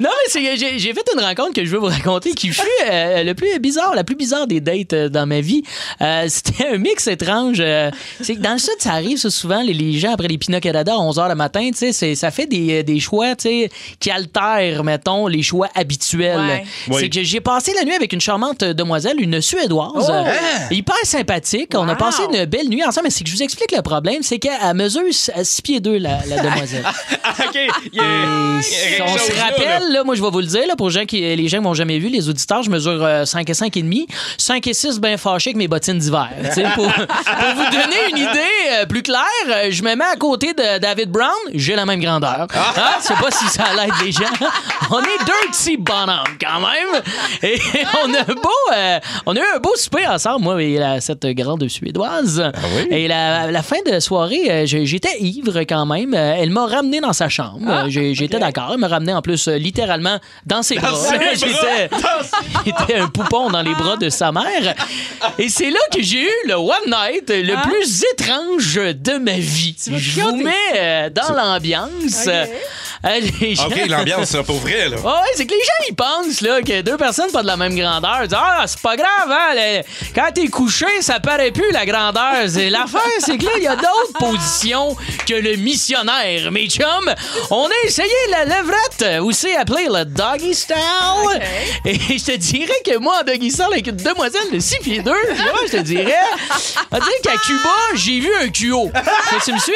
S4: Non, mais c'est- j'ai j'ai fait une rencontre que je veux vous raconter qui fut euh, le plus bizarre, la plus bizarre des dates euh, dans ma vie. Euh, C'était un mix étrange. euh, c'est que dans le sud, ça arrive ça, souvent, les, les gens après les Pinot Canada à 11h le matin, tu sais, c'est- ça fait des, euh, des choix tu sais, qui altèrent, mettons, les choix habituels.
S5: Ouais.
S6: Oui.
S4: C'est que j'ai passé la nuit avec une charmante euh, demoiselle, une Suédoise. Euh, Hyper sympathique. On a
S5: Wow.
S4: passé une belle nuit ensemble, mais c'est que je vous explique le problème, c'est qu'elle mesure 6 pieds 2, la, la demoiselle.
S6: OK.
S4: Et
S6: Eric
S4: on se
S6: Sauce, là,
S4: rappelle, là, moi, je vais vous le dire, là, pour gens qui, euh, les gens qui m'ont jamais vu, les auditeurs, je mesure euh, 5 et 5 et demi. 5 et 6, bien fâché avec mes bottines d'hiver. Tu sais, pour, pour vous donner une idée euh, plus claire, euh, je me mets à côté de David Brown, j'ai la même grandeur.
S6: Ah.
S4: Hein? Je sais pas si ça l'aide les gens. On est deux petits bonhommes, quand même. Et on a, beau, euh, on a eu un beau souper ensemble, moi et la- cette grande Suédoise. Et la, la fin de soirée, euh, j'ai- j'étais ivre quand même. Euh, Elle m'a ramené dans sa chambre. Euh, j'ai- J'étais d'accord. Elle m'a ramené en plus euh, littéralement dans ses bras.
S12: ses bras!
S4: J'étais- J'étais un poupon dans les bras de sa mère. Et c'est là que j'ai eu le One Night le plus étrange de ma vie. Je vous mets euh, dans l'ambiance. Euh, les gens-
S6: OK, l'ambiance, ça, pour vrai, là.
S4: Ouais, ouais, c'est que les gens, ils pensent là, que deux personnes pas de la même grandeur. Ils disent, ah, c'est pas grave, hein, le- quand t'es couché, ça paraît plus la grandeur. C'est l'affaire, c'est que là, il y a d'autres positions que le missionnaire. Mes chums, on a essayé la levrette, aussi appelée le doggy style. Et je te dirais que moi, en doggy style, avec une demoiselle de 6 pieds 2, je te dirais, on dirait qu'à Cuba, j'ai vu un QO. Est-ce que tu me suis?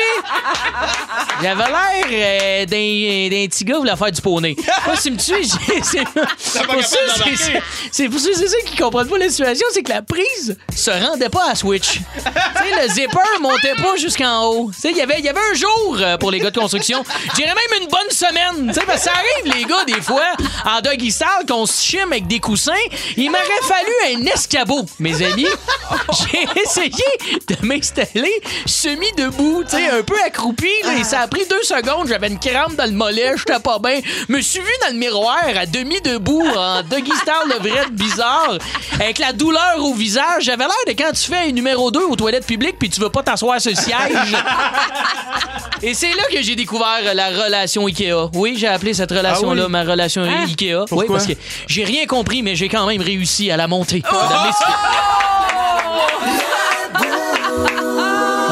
S4: J'avais l'air euh, d'un d'un petit gars voulant faire du poney. Moi, si tu me tues, j'ai- c'est c'est
S12: pas
S4: pour
S12: capable
S4: ça c'est-
S12: d'embarquer.
S4: c'est pour ça c'est ça qui comprennent pas la situation, c'est que la prise se rendait pas à Switch. tu sais, le zipper montait pas jusqu'en haut. Tu sais, il y avait il y avait un jour euh, pour les gars de construction. J'irais même une bonne semaine. Tu sais, parce que ça arrive les gars des fois en doggy style qu'on se chime avec des coussins. Il m'aurait fallu un escabeau, mes amis. J'ai essayé de m'installer semi debout, tu sais, un peu accroupi. là, et ça a pris deux secondes. J'avais une crampe dans le mollet, j'étais pas bien. Me suis vu dans le miroir à demi debout en doggy style de vrai bizarre, avec la douleur au visage. J'avais l'air de quand tu fais un numéro 2 aux toilettes publiques puis tu veux pas t'asseoir sur le siège. Et c'est là que j'ai découvert la relation Ikea. Oui, j'ai appelé cette relation-là
S12: Ah oui?
S4: ma relation
S12: Hein?
S4: Ikea. Oui,
S12: Pourquoi?
S4: parce que j'ai rien compris, mais j'ai quand même réussi à la monter.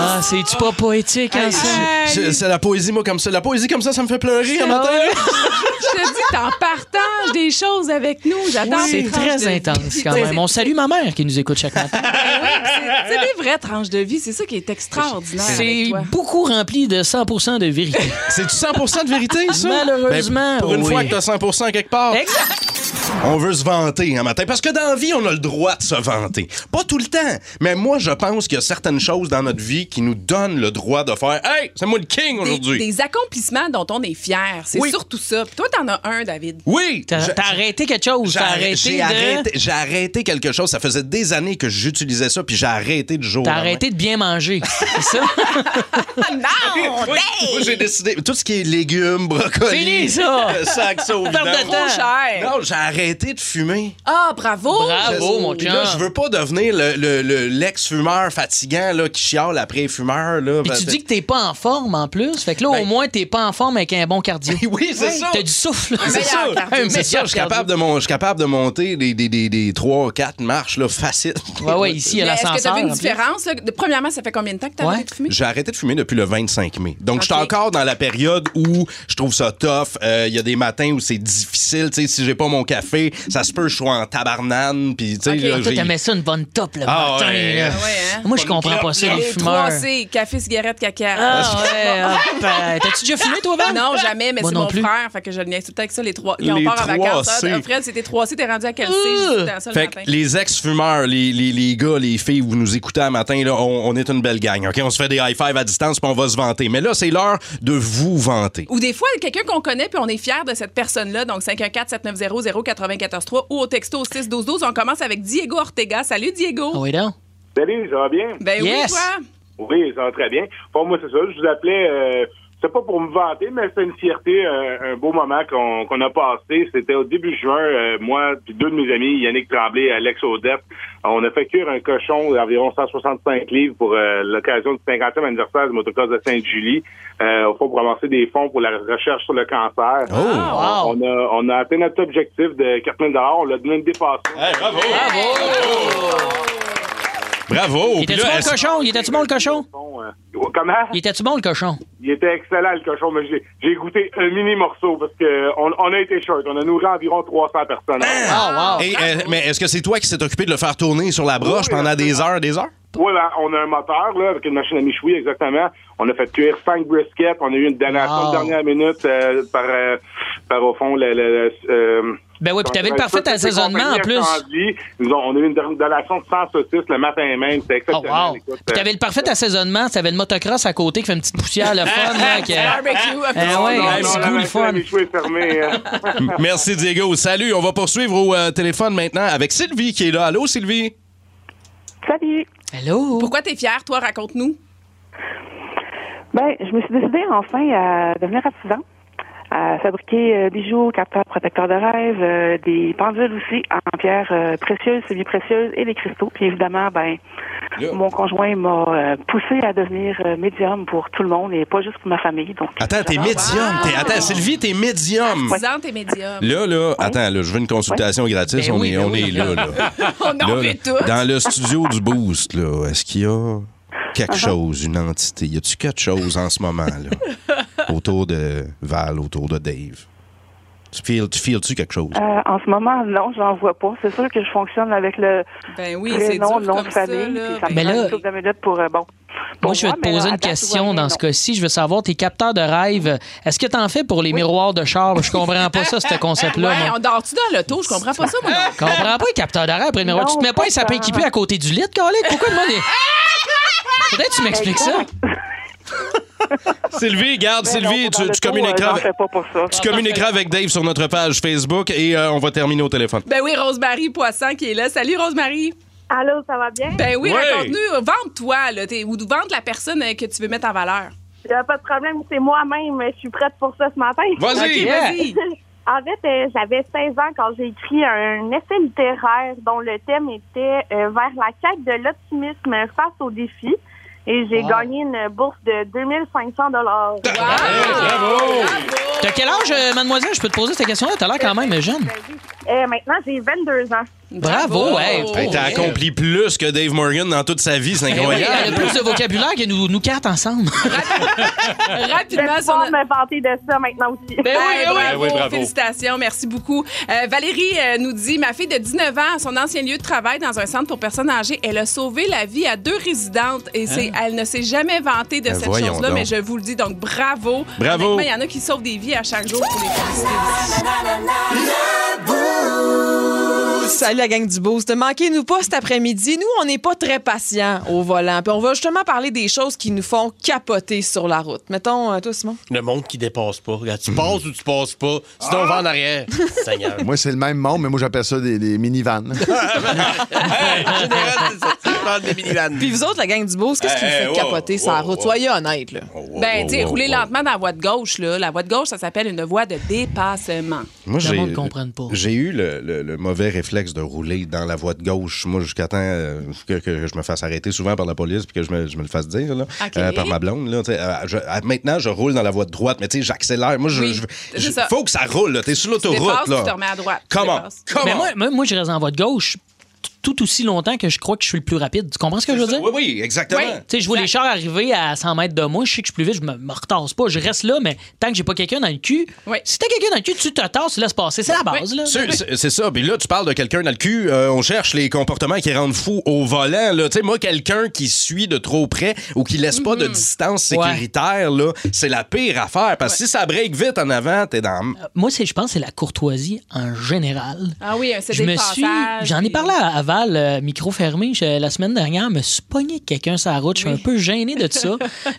S4: Ah, c'est-tu pas poétique, hein, ça?
S6: C'est c'est la poésie, moi, comme ça. La poésie, comme ça, ça me fait pleurer un matin.
S5: Je te dis, t'en partages des choses avec nous. J'adore
S4: c'est
S5: les tranches
S4: très
S5: de vie.
S4: intense quand
S5: C'est-
S4: même. On salue ma mère qui nous écoute chaque matin.
S5: Ben oui, puis c'est- C'est des vraies tranches de vie. C'est ça qui est extraordinaire. avec
S4: C'est
S5: toi.
S4: beaucoup rempli de 100% de vérité.
S6: C'est du 100% de vérité, ça?
S4: Malheureusement.
S6: Ben, pour une
S4: oui.
S6: fois que t'as 100 quelque part. On veut se vanter un matin. Parce que dans la vie, on a le droit de se vanter. Pas tout le temps. Mais moi, je pense qu'il y a certaines choses dans notre vie qui nous donnent le droit de faire Hey, c'est moi le king
S5: Des,
S6: aujourd'hui.
S5: des accomplissements dont on est fier. C'est
S6: Oui.
S5: surtout ça. Puis toi, t'en as un, David.
S6: Oui!
S4: T'as
S6: je-
S4: t'as arrêté quelque chose. T'as
S6: J'ai
S4: arrêté
S6: j'ai
S4: de...
S6: arrêté, j'ai arrêté quelque chose. Ça faisait des années que j'utilisais ça, puis j'ai arrêté du jour. au
S4: T'as
S6: lendemain.
S4: arrêté de bien manger. C'est ça?
S6: Ah,
S5: non!
S6: Moi, j'ai décidé. Tout ce qui est légumes, brocolis.
S4: Fini, ça!
S6: euh, Sac, ça, au
S4: Perte de
S6: vidange.
S4: temps. Trop
S5: cher.
S6: Non, j'ai arrêté de fumer.
S5: Ah, bravo!
S4: Bravo, mon
S6: Puis
S4: chum.
S6: Là, je veux pas devenir le- le- le- l'ex-fumeur fatigant là, qui chiale après les fumeurs. Là, Ben,
S4: Puis tu dis que t'es pas en forme en plus. Fait que là, au moins, t'es pas en forme avec un bon cardio.
S6: oui, c'est ça.
S4: T'as du souffle.
S6: C'est ça.
S4: Un
S6: C'est ça,
S4: meilleur
S6: je suis
S4: cardio.
S6: capable, de mon- je suis capable de monter des, des, des, 3 4 marches là, facile.
S4: Ouais, ouais, ici, il y a
S5: Mais Est-ce que t'as
S4: l'ascenseur.
S5: vu une
S4: en plus.
S5: différence? là? De- Premièrement, ça fait combien de temps que t'as
S4: Ouais.
S5: arrêté de fumer?
S6: J'ai arrêté de fumer depuis le 25 mai. Donc, je suis
S5: Ok.
S6: encore dans la période où je trouve ça tough. Euh, Il y a des matins où c'est difficile. Tu sais, si j'ai pas mon café, ça se peut que je sois en tabarnane. Puis, tu sais,
S4: Ah,
S6: là,
S4: toi,
S6: j'ai-
S4: t'aimais ça une bonne top le
S6: Ah,
S4: matin.
S6: ouais.
S4: là.
S6: Ah, ouais,
S5: hein?
S4: Moi, je comprends pas ça, les
S5: Les
S4: fumeurs.
S5: 3C, café, cigarette, caca.
S4: Ah, ouais, hop, euh, T'as-tu déjà fumé, toi, Val?
S5: Non, jamais, mais
S4: Moi
S5: c'est
S4: non
S5: mon
S4: plus.
S5: frère. Fait que je le niaise tout le temps avec ça, les trois. Quand
S6: Les
S5: on part en vacances,
S6: 3C.
S5: ah, Fred, c'était 3C, t'es rendu à quel C? Je
S4: Euh.
S5: dis tout le temps ça le
S6: Fait
S5: matin.
S6: que les ex-fumeurs, les, les, les gars, les filles, vous nous écoutez à matin, là, on, on est une belle gang, OK? On se fait des high-fives à distance, puis on va se vanter. Mais là, c'est l'heure de vous vanter.
S5: Ou des fois, quelqu'un qu'on connaît, puis on est fier de cette personne-là. Donc, 514-790-0943 ou au texto au 61212. On commence avec Diego Ortega. Salut, Diego.
S4: Ah oui, donc.
S13: Salut, ça va bien?
S5: Ben
S4: Yes.
S5: oui, toi.
S13: Oui, ça va très bien. Pour moi, c'est ça. Je vous appelais, euh, c'est pas pour me vanter, mais c'est une fierté, euh, un beau moment qu'on qu'on a passé. C'était au début juin, euh, moi puis deux de mes amis, Yannick Tremblay et Alex Odette, on a fait cuire un cochon d'environ 165 livres pour euh, l'occasion du 50e anniversaire du motocross de Sainte-Julie. Euh, au fond, pour avancer des fonds pour la recherche sur le cancer. Euh,
S4: wow.
S13: on, on a, on a atteint notre objectif de 4 000 On l'a donné une dépassée.
S6: bravo! Bravo!
S4: Il
S6: Puis
S4: était-tu
S6: là,
S4: bon, le
S6: est-ce-
S4: cochon? Il était-tu bon, le cochon?
S13: euh, Comment?
S4: Il était-tu bon, le cochon?
S13: Il était excellent, le cochon, mais j'ai- j'ai goûté un mini morceau parce que on, on a été short. On a nourri environ 300 personnes.
S4: Ah!
S5: Ah,
S6: Et, euh, mais est-ce que c'est toi qui s'est occupé de le faire tourner sur la broche pendant des heures, des heures?
S13: Voilà, ben, on a un moteur là, avec une machine à michoui, exactement. On a fait cuire 5 briskets. On a eu une donation
S6: Wow.
S13: de dernière minute euh, par euh, par au fond la. la- la- euh,
S4: Ben oui, puis t'avais le parfait
S13: toutes les
S4: assaisonnement en
S13: compagnies
S4: plus.
S13: à Chambly, Nous ont- on a eu une donation de 100 saucisses le matin même. C'était exceptionnel. Écoute,
S4: Oh,
S13: euh,
S4: Puis t'avais le parfait assaisonnement, t'avais le motocross à côté qui fait une petite poussière le fun. là, qui-
S5: Barbecue,
S4: Ah ouais, un
S13: non, non,
S4: petit
S13: la
S4: goût, le
S13: machine à
S4: fun.
S13: échouer est fermée, hein.
S6: Merci, Diego. Salut. On va poursuivre au euh, téléphone maintenant avec Sylvie qui est là. Allô, Sylvie?
S9: Salut.
S4: Hello.
S5: Pourquoi t'es fière, toi? Raconte-nous.
S9: Ben, je me suis décidée enfin à devenir artisan, à fabriquer euh, bijoux, capteurs, protecteurs de rêve, euh, des pendules aussi en pierres euh, précieuses, semi-précieuses et des cristaux. Puis évidemment, ben, mon conjoint m'a euh, poussée à devenir euh, médium pour tout le monde et pas juste pour ma famille. Donc,
S6: Attends, t'es médium. T'es- attends, Sylvie, t'es médium.
S5: Présente tes médiums.
S6: Là, là, attends, là, je veux une consultation gratis.
S5: Ben
S6: on
S5: oui,
S6: est,
S5: ben
S6: on
S5: oui.
S6: est là, là.
S5: On en
S6: Là,
S5: veut
S6: là,
S5: tout.
S6: Dans le studio du Boost, là, est-ce qu'il y a
S5: Uh-huh.
S6: quelque chose, une entité? Y a-tu quelque chose en ce moment, là, autour de Val, autour de Dave? Tu feels- tu feels-tu quelque chose?
S9: Euh, en ce moment, non, j'en vois pas. C'est sûr que je fonctionne avec le
S5: ben
S9: oui,
S5: c'est
S9: prénom,
S5: dur
S9: nom
S5: comme
S9: de
S5: ça,
S9: famille.
S5: là.
S9: puis ça me
S4: Mais
S9: prend
S4: là-
S9: une couple de minutes pour euh, bon.
S4: Moi, je vais te
S9: mais
S4: poser
S9: à
S4: une
S9: date,
S4: question dans ce cas-ci. Je veux savoir, tes capteurs de rêve, est-ce que t'en fais pour les miroirs de char? Je comprends pas ça, ce concept-là.
S5: Ben Ouais,
S4: moi.
S5: on dort-tu dans l'auto? Je comprends pas ça, moi. non.
S4: Je comprends pas les capteurs de rêve après le miroir.
S5: Non,
S4: Tu te mets pas un
S5: pas
S4: sapin qui
S5: tant.
S4: pue à côté du lit, Colic? Pourquoi le monde est- Peut-être que tu m'expliques ça.
S6: Euh, Sylvie, garde,
S5: ben
S4: Mais
S6: Sylvie,
S4: non,
S6: tu,
S4: dans le
S6: tu
S4: taux,
S6: communiqueras.
S4: euh, j'en
S6: avec-
S4: fais
S9: pas pour ça.
S6: Tu communiqueras avec Dave sur notre page Facebook et euh, on va terminer au téléphone.
S5: Ben oui, Rosemary Poisson qui est là. Salut, Rosemary.
S12: Allô, ça va bien?
S5: Ben oui,
S6: Ouais.
S5: raconte-nous. Vente-toi, là, t'es- ou vente la personne euh, que tu veux mettre en valeur.
S12: Il n'y a pas de problème, c'est moi-même. Je suis prête pour ça ce matin.
S5: Vas-y. Ok,
S4: euh,
S5: vas-y.
S12: en fait, euh, j'avais 16 ans quand j'ai écrit un essai littéraire dont le thème était euh, Vers la quête de l'optimisme face aux défis. Et j'ai
S4: Wow.
S12: gagné une bourse de 2500 dollars.
S4: Bravo! T'as quel âge, euh, mademoiselle? Je peux te poser cette question-là. T'as l'air quand même jeune.
S12: Eh, maintenant, j'ai 22 ans.
S4: Bravo, hey!
S6: Hey,
S5: Oh,
S6: T'as accompli plus que Dave Morgan dans toute sa vie,
S5: Ben
S6: c'est
S4: Eh oui,
S6: incroyable.
S4: elle a plus de vocabulaire que nous, nous quatre ensemble.
S5: Rapidement,
S12: je vais pouvoir me vanter de ça maintenant aussi.
S5: Ben oui,
S12: Ah,
S5: bravo.
S4: oui, bravo.
S5: Félicitations, merci beaucoup. Euh, Valérie euh, nous dit Ma fille de 19 ans, à son ancien lieu de travail dans un centre pour personnes âgées, elle a sauvé la vie à deux résidentes et c'est, elle ne s'est jamais vantée de
S6: Ben
S5: cette
S6: voyons
S5: chose-là,
S6: donc.
S5: mais je vous le dis, donc bravo.
S6: Bravo.
S5: Honnêtement, Il y en a qui sauvent des vies à chaque jour pour les féliciter.
S14: Salut la gang du Boost. Manquez-nous pas cet après-midi. Nous, on n'est pas très patients au volant. Puis on va justement parler des choses qui nous font capoter sur la route. Mettons, euh, toi, Simon.
S15: Le monde qui dépasse pas. Regarde, tu passes ou tu passes pas. Sinon, on va en arrière. Seigneur.
S16: Moi, c'est le même monde, mais moi, j'appelle ça des, des minivans.
S14: Puis vous autres, la gang du Boost, qu'est-ce qui vous
S16: Hey,
S14: fait
S6: Euh,
S16: hey,
S14: capoter
S16: wow,
S14: sur la
S6: oh,
S16: wow,
S14: route?
S16: wow.
S14: Soyez honnête, là.
S15: Oh,
S5: Ben, tu sais,
S6: wow,
S5: rouler
S6: wow.
S5: lentement dans la voie de gauche, là. La voie de gauche, ça s'appelle une voie de dépassement.
S6: Moi, j'ai,
S4: comprenne pas.
S6: j'ai eu le, le- le mauvais réflexe de rouler dans la voie de gauche, moi, jusqu'à temps euh, que, que je me fasse arrêter souvent par la police puis que je me, je me le fasse dire, là,
S5: OK.
S6: euh, par ma blonde. Là, tu sais, euh, je- euh, maintenant, je roule dans la voie de droite, mais tu sais, j'accélère. Moi, je, je-
S5: c'est
S6: je-
S5: ça.
S6: faut que ça roule. Là. T'es sur
S5: Tu dépasses,
S6: l'autoroute.
S5: tu te
S6: Là.
S5: remets à droite. Tu
S6: Comment?
S5: dépasses.
S4: Mais moi, moi, moi, je reste en voie de gauche t- tout aussi longtemps que je crois que je suis le plus rapide. Tu comprends ce que je veux dire?
S6: Oui, oui, exactement.
S4: Tu sais, je vois les chars arriver à 100 mètres de moi, je sais que je suis plus vite, je me, me retasse pas, je reste là, mais tant que j'ai pas quelqu'un dans le cul, si t'as quelqu'un dans le cul, tu te tasses, tu laisses passer. C'est la base, là.
S6: C'est- C'est c'est ça. Puis là, tu parles de quelqu'un dans le cul. euh, on cherche les comportements qui rendent fou au volant. là. Tu sais, moi, quelqu'un qui suit de trop près ou qui laisse pas de distance sécuritaire, là, c'est la pire affaire. Parce que si ça break vite en avant, t'es dans.
S4: Moi, c'est- je pense que c'est la courtoisie en général.
S5: Ah oui, un
S4: Je
S5: CD
S4: me
S5: de
S4: suis.
S5: passage.
S4: J'en ai parlé à à Val, euh, micro fermé, je- la semaine dernière, me suis pogné avec quelqu'un sur la route. Je suis un peu gêné de ça.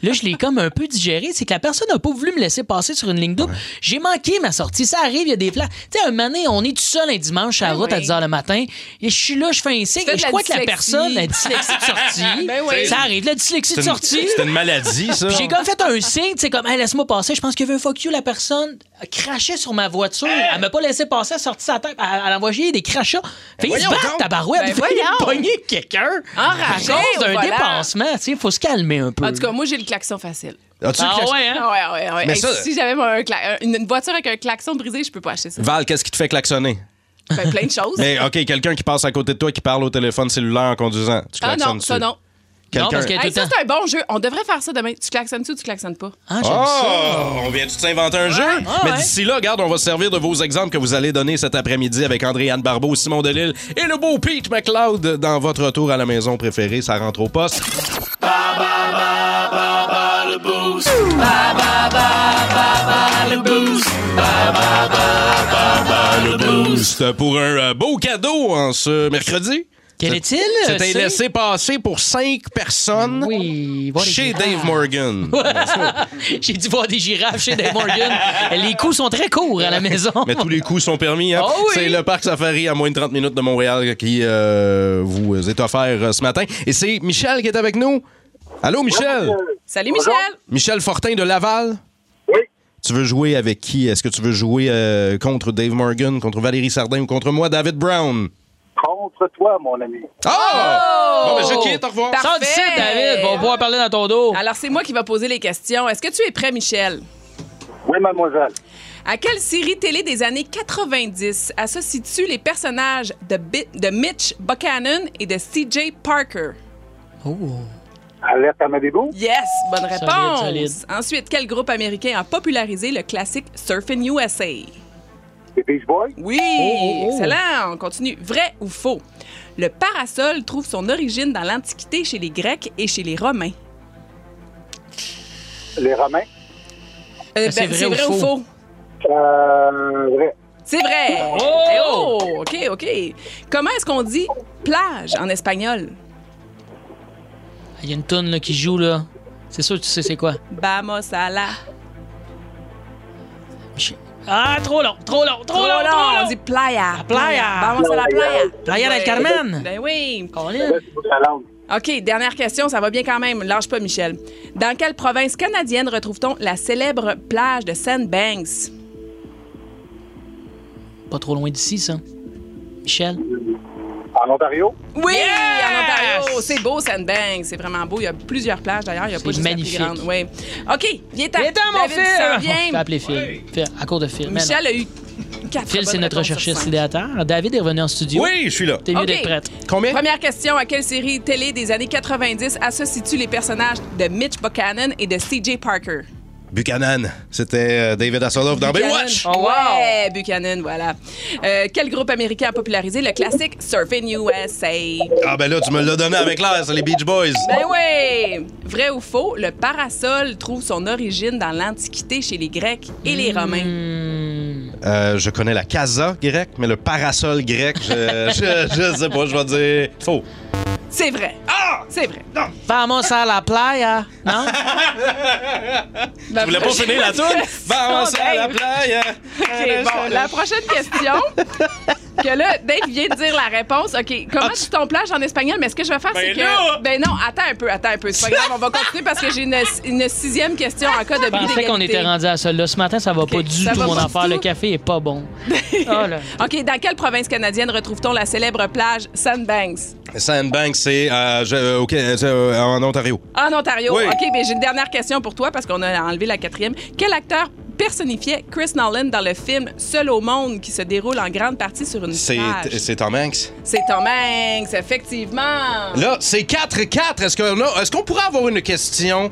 S4: Là, je l'ai comme un peu digéré. C'est que la personne n'a pas voulu me laisser passer sur une ligne double. J'ai manqué ma sortie. Ça arrive, il y a des plans. Tu sais, un moment donné, on est tout seul un dimanche à la route à 10 h le matin. Et je suis là, je fais un signe.
S5: Ben fais
S4: Et
S5: de
S4: je
S5: la
S4: crois que la
S5: dyslexie.
S4: personne a dyslexie de sortie.
S5: Ben oui.
S4: Ça arrive, la dyslexie de
S6: C'est une-
S4: sortie.
S6: c'est une maladie, ça.
S4: Puis J'ai comme fait un signe, tu sais, comme, Hey, laisse-moi passer. Je pense que veut fuck you, la personne a craché sur ma voiture. Elle m'a pas laissé passer, elle a sorti sa tête. Elle elle a envoyé des crachats. Fait qu'ils se
S5: voyons
S4: battent,
S5: donc.
S4: tabarouette.
S5: Ben
S4: Fait qu'ils
S5: voyons.
S4: pognaient quelqu'un. À
S5: Enragé
S4: cause
S5: au
S4: d'un
S5: volant.
S4: dépassement, tu sais, faut se calmer un peu.
S5: En tout cas, moi, j'ai le klaxon facile.
S6: As-tu le Ah klaxon? ouais, hein?
S5: Ah ouais, ouais, ouais.
S6: Mais
S5: Hey,
S6: ça-
S5: Si j'avais un cla- une, une voiture avec un klaxon brisé, je peux pas acheter ça.
S6: Val, qu'est-ce qui te fait klaxonner?
S5: Ben, plein de choses.
S6: Mais euh, OK, quelqu'un qui passe à côté de toi qui parle au téléphone cellulaire en conduisant. Tu
S5: ah
S6: klaxonnes
S5: non, ça non.
S6: Quelqu'un.
S5: Hey, ça, c'est un bon jeu. On devrait faire ça demain. Tu klaxonnes-tu ou tu klaxonnes pas?
S4: Ah,
S6: Oh, on vient de s'inventer un jeu. Mais
S5: ouais.
S6: d'ici là, regarde, on va se servir de vos exemples que vous allez donner cet après-midi avec André-Anne Barbeau, Simon Delille et le beau Pete McLeod dans votre retour à la maison préférée. Ça rentre au poste.
S7: le boost. Ba, ba, ba, ba, ba, le boost. Ba, ba, ba,
S6: Boost pour un euh, beau cadeau en ce mercredi.
S4: Quel est-il?
S6: C'était
S4: Euh, C'est-
S6: laissé passer pour cinq personnes chez Dave Morgan.
S4: J'ai dû voir des girafes chez Dave Morgan. Les coups sont très courts à la maison.
S6: Mais tous les coups sont permis. hein.
S4: Oh oui!
S6: C'est le parc Safari à moins de 30 minutes de Montréal qui euh, vous est offert euh, ce matin. Et c'est Michel qui est avec nous. Allô, Michel?
S12: euh,
S5: Salut, Michel.
S6: Michel Fortin de Laval?
S8: Oui.
S6: Tu veux jouer avec qui? Est-ce que tu veux jouer euh, contre Dave Morgan, contre Valérie Sardin ou contre moi, David Brown?
S8: Contre toi, mon ami.
S6: Ah! Bon, ben, je quitte, au revoir.
S5: Parfait.
S4: Sors d'ici, David. On va pouvoir parler dans ton dos.
S5: Alors, c'est moi qui vais poser les questions. Est-ce que tu es prêt, Michel?
S8: Oui, mademoiselle.
S5: À quelle série télé des années 90 associes-tu les personnages de, Bi- de Mitch Buchanan et de CJ Parker?
S4: Oh,
S8: Alerte à Malibu.
S5: Yes, bonne
S4: Solide,
S5: réponse.
S4: solide.
S5: Ensuite, quel groupe américain a popularisé le classique Surfing USA?
S8: Les Beach Boys.
S5: Oui,
S4: Oh,
S5: excellent. On continue. Vrai ou faux? Le parasol trouve son origine dans l'Antiquité chez les Grecs et chez les Romains.
S8: Les Romains.
S5: Euh,
S4: Ah, c'est
S5: ben,
S4: vrai ou faux?
S8: Euh, vrai.
S5: C'est vrai.
S4: Oh!
S5: Eh oh! OK, OK. Comment est-ce qu'on dit plage en espagnol?
S4: Il y a une toune là, qui joue, là. C'est sûr que tu sais c'est quoi.
S5: Vamos a la...
S4: Ah, trop long, trop long, trop, long, trop long.
S5: On dit playa.
S4: La playa.
S5: Vamos a la playa.
S4: Playa del Carmen.
S5: Ben oui.
S4: Colin.
S8: C'est la langue.
S5: OK, dernière question, ça va bien quand même. Lâche pas, Michel. Dans quelle province canadienne retrouve-t-on la célèbre plage de Sandbanks?
S4: Pas trop loin d'ici, ça. Michel.
S8: En Ontario.
S5: Oui, en Ontario. C'est beau, Sandbanks. C'est vraiment beau. Il y a plusieurs plages, d'ailleurs. Il y a
S4: C'est
S5: pas juste
S4: magnifique.
S5: la plus grande. Oui. OK, viens-t'en.
S4: Viens-t'en, mon
S5: David, tu t'en
S4: Phil. Je vais
S5: viens.
S4: appeler Phil. Phil, À cause de Phil. Mais
S5: Michel a eu
S4: non.
S5: quatre
S4: Phil, c'est
S5: bonnes
S4: notre
S5: réponses sur
S4: recherchiste
S5: cinq.
S4: idéateur. David est revenu en studio.
S6: Oui, je suis là.
S4: T'es mieux
S5: OK.
S4: d'être prête.
S6: Combien?
S5: Première question. À quelle série télé des années 90 associes-tu les personnages de Mitch Buchanan et de C.J. Parker?
S6: Buchanan. C'était euh, David Hasselhoff dans Baywatch.
S4: Oh, wow.
S5: Ouais, Buchanan, voilà. Euh, quel groupe américain a popularisé le classique Surfing USA?
S6: Ah, ben là, tu me l'as donné avec l'air, c'est les Beach Boys.
S5: Ben oui! Vrai ou faux, le parasol trouve son origine dans l'Antiquité chez les Grecs et les Romains.
S4: Hmm.
S6: Euh, je connais la casa grecque, mais le parasol grec, je, je, je sais pas, je vais dire faux.
S5: C'est vrai. Ah! C'est vrai.
S4: Vamos a la playa. Non?
S5: Ah, La
S6: Tu voulais pas
S5: prochaine-
S6: finir la toune? Vamos à la playa.
S5: OK, bon, la prochaine question. Que là, Dave vient de dire la réponse. OK, comment tu ton plage en espagnol? Mais ce que je vais faire, c'est
S6: Ah, là!
S5: que. Ben non, attends un peu, attends un peu. C'est pas grave, on va continuer parce que j'ai une, une sixième question en cas de
S4: Je pensais qu'on
S5: billégalité.
S4: était rendu à celle-là. Ce matin, ça va pas du
S5: ça
S4: tout,
S5: va
S4: mon
S5: pas du
S4: affaire.
S5: tout.
S4: Le café est pas bon. oh là.
S5: OK, dans quelle province canadienne retrouve-t-on la célèbre plage Sandbanks?
S6: Sandbanks, c'est euh, je- euh, ok, c'est, euh, en Ontario.
S5: En Ontario.
S6: Oui.
S5: OK, mais j'ai une dernière question pour toi parce qu'on a enlevé la quatrième. Quel acteur personnifiait Chris Nolan dans le film Seul au monde qui se déroule en grande partie sur une
S6: C'est
S5: plage?
S6: c'est Tom Hanks.
S5: C'est Tom Hanks, effectivement.
S6: Là, c'est 4-4. Est-ce qu'on a- est-ce qu'on pourrait avoir une question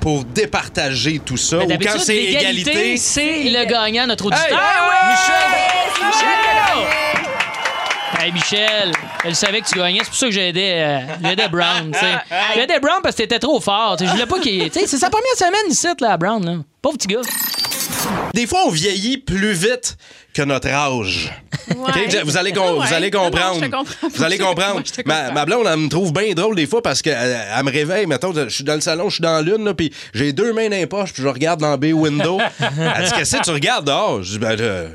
S6: pour départager tout ça?
S4: Mais
S6: Ou
S4: Ben, d'habitude,
S6: quand c'est
S4: l'égalité,
S6: égalité?
S4: c'est le gagnant, notre auditeur.
S6: Hey! Michel!
S4: Hey Michel, je le savais que tu gagnais, c'est pour ça que j'aidais euh, j'aidais Brown, tu sais. J'aidais Brown parce que t'étais trop fort, tu sais, je voulais pas qu'il tu sais, c'est sa première semaine ici là à Brown là. Pauvre petit gars.
S6: Des fois, on vieillit plus vite que notre âge.
S5: Ouais.
S6: OK? Vous, allez com-
S5: Ah ouais.
S6: vous allez
S5: Non, non,
S6: comprendre.
S5: je te comprends.
S6: Vous allez comprendre.
S5: Moi, je te
S6: ma,
S5: comprends.
S6: ma blonde, elle me trouve bien drôle des fois parce qu'elle elle me réveille. Mettons, je suis dans le salon, je suis dans l'une, là, puis j'ai deux mains dans les poches, puis je regarde dans B window. elle dit Qu'est-ce que tu regardes dehors Je dis Ben, je-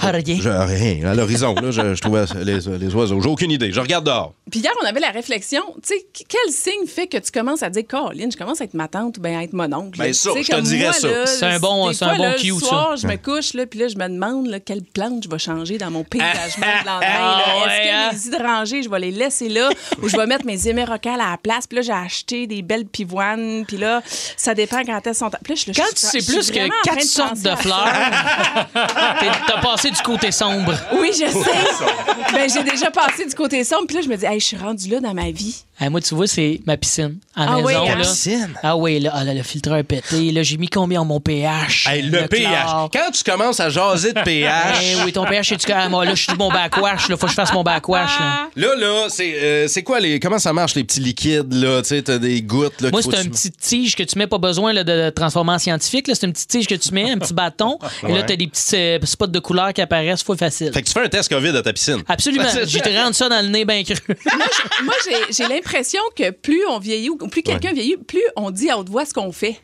S4: Ah, rien.
S6: je- rien. À l'horizon, là, je, je trouvais les, les oiseaux. J'ai aucune idée. Je regarde dehors.
S5: Puis hier, on avait la réflexion, tu sais, qu- quel signe fait que tu commences à dire, Colin, je commence à être ma tante ou bien à être mon oncle?
S6: Ben, ça,
S5: Tu sais,
S6: je te
S5: comme
S6: dirais
S5: moi,
S6: ça.
S5: là,
S4: C'est un bon-
S5: des
S4: c'est un
S5: fois,
S4: bon
S5: là,
S4: cue,
S5: Le
S4: ça.
S5: soir, je me couche, là, puis là, je me demande là, quelle plante je vais changer dans
S6: Ah,
S5: mon paysagement de lendemain. là.
S4: Ah,
S5: Est-ce
S4: ouais, hein?
S5: que les hydrangées, je vais les laisser là ou je vais mettre mes émérocales à la place? Puis là, j'ai acheté des belles pivoines, puis là, ça dépend quand elles sont... Puis là, je, suis-
S4: Quand
S5: je
S4: tu
S5: suis-
S4: sais
S5: je suis
S4: plus
S5: vraiment en
S4: que
S5: train
S4: quatre sortes
S5: penser
S4: de
S5: à ça.
S4: fleurs, t'es- t'as passé du côté sombre.
S5: Oui, je sais. ben, j'ai déjà passé du côté sombre, puis là, je me dis, hey, je suis rendue là dans ma vie.
S4: Ah, moi, tu vois, c'est ma piscine. À
S15: Ah
S4: maison,
S15: oui, la
S4: là.
S15: piscine?
S4: Ah oui, là, ah là, le filtre a pété. Là, j'ai mis combien en mon pH?
S6: Hey, le pH.
S4: chlore.
S6: Quand tu commences à jaser de
S4: Eh
S6: pH,
S4: oui, ton pH, est-tu correct? Ah, Moi, là, je suis mon backwash. Là, faut que je fasse mon backwash. là.
S6: là, là, c'est euh, c'est quoi les. Comment ça marche, les petits liquides, là? Tu sais, t'as des gouttes, là.
S4: Moi,
S6: qu'il
S4: c'est
S6: faut
S4: une
S6: que tu-
S4: petite tige que tu mets, pas besoin là, de transformation scientifique. là. C'est une petite tige que tu mets, un petit bâton. Et là,
S6: Ouais.
S4: tu as des petits euh, spots de couleur qui apparaissent. Faut facile.
S6: Fait que tu fais un test COVID à ta piscine.
S4: Absolument.
S6: Facile.
S4: Je te rentre ça dans le nez bien cru.
S5: Moi, j'ai- moi, j'ai- j'ai l'impression que plus on vieillit ou plus quelqu'un vieillit, plus on dit à haute voix ce qu'on fait.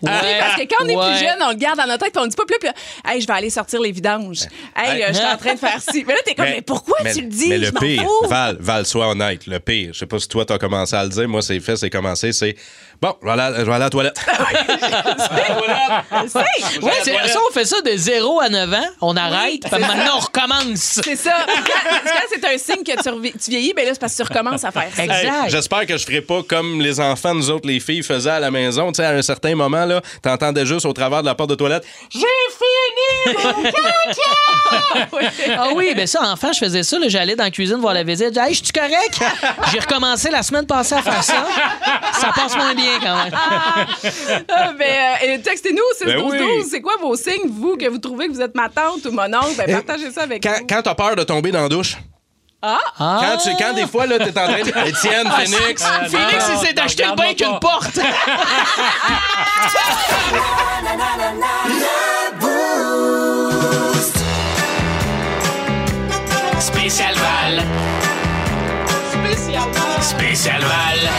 S4: Ouais,
S5: Tu sais, parce que quand on est
S4: ouais.
S5: plus jeune, on le garde dans notre tête puis on dit pas plus, puis hey, je vais aller sortir les vidanges. Hey,
S6: Ouais.
S5: euh, je suis en train de faire ci. Mais là, t'es comme, mais, pourquoi
S6: mais-
S5: tu le dis?
S6: Mais le
S5: Je m'en
S6: pire,
S5: fous.
S6: Val, Val, sois honnête, le pire. Je sais pas si toi, t'as commencé à le dire. Moi, c'est fait, c'est commencé, c'est bon, je vais aller à, je vais aller à la toilette.
S4: Ouais, c'est- ça, on fait ça de 0 à 9 ans, on arrête, puis
S5: c'est
S4: maintenant on
S5: ça.
S4: recommence.
S5: C'est ça. Puis Quand, quand c'est un signe que tu, revi- tu vieillis, ben là, c'est parce que tu recommences à faire ça.
S6: Hey, J'espère que je ferai pas comme les enfants, nous autres, les filles, faisaient à la maison. Tu sais, à un certain moment, là, t'entendais juste au travers de la porte de toilette.
S4: J'ai fini mon Ah oui, ben ça, enfant, je faisais ça. là, J'allais dans la cuisine voir la visite. Je disais, Hey, je suis correct? J'ai recommencé la semaine passée à faire ça. Ça passe moins bien quand même.
S5: Ah, ben, euh, et textez-nous au 6
S6: Ben
S5: 12
S6: oui.
S5: C'est quoi vos signes, vous, que vous trouvez que vous êtes ma tante ou mon oncle? Ben,
S6: Eh,
S5: partagez ça avec
S6: Quand,
S5: nous.
S6: quand t'as peur de tomber dans la douche.
S5: Ah!
S6: Quand, tu, quand des fois, là, t'es en train de. Étienne,
S4: Ah,
S6: Phoenix.
S4: c'est- Phoenix, il s'est acheté le bain qu'une porte.
S7: Spécial Val.
S5: Spécial
S7: Spécial Val.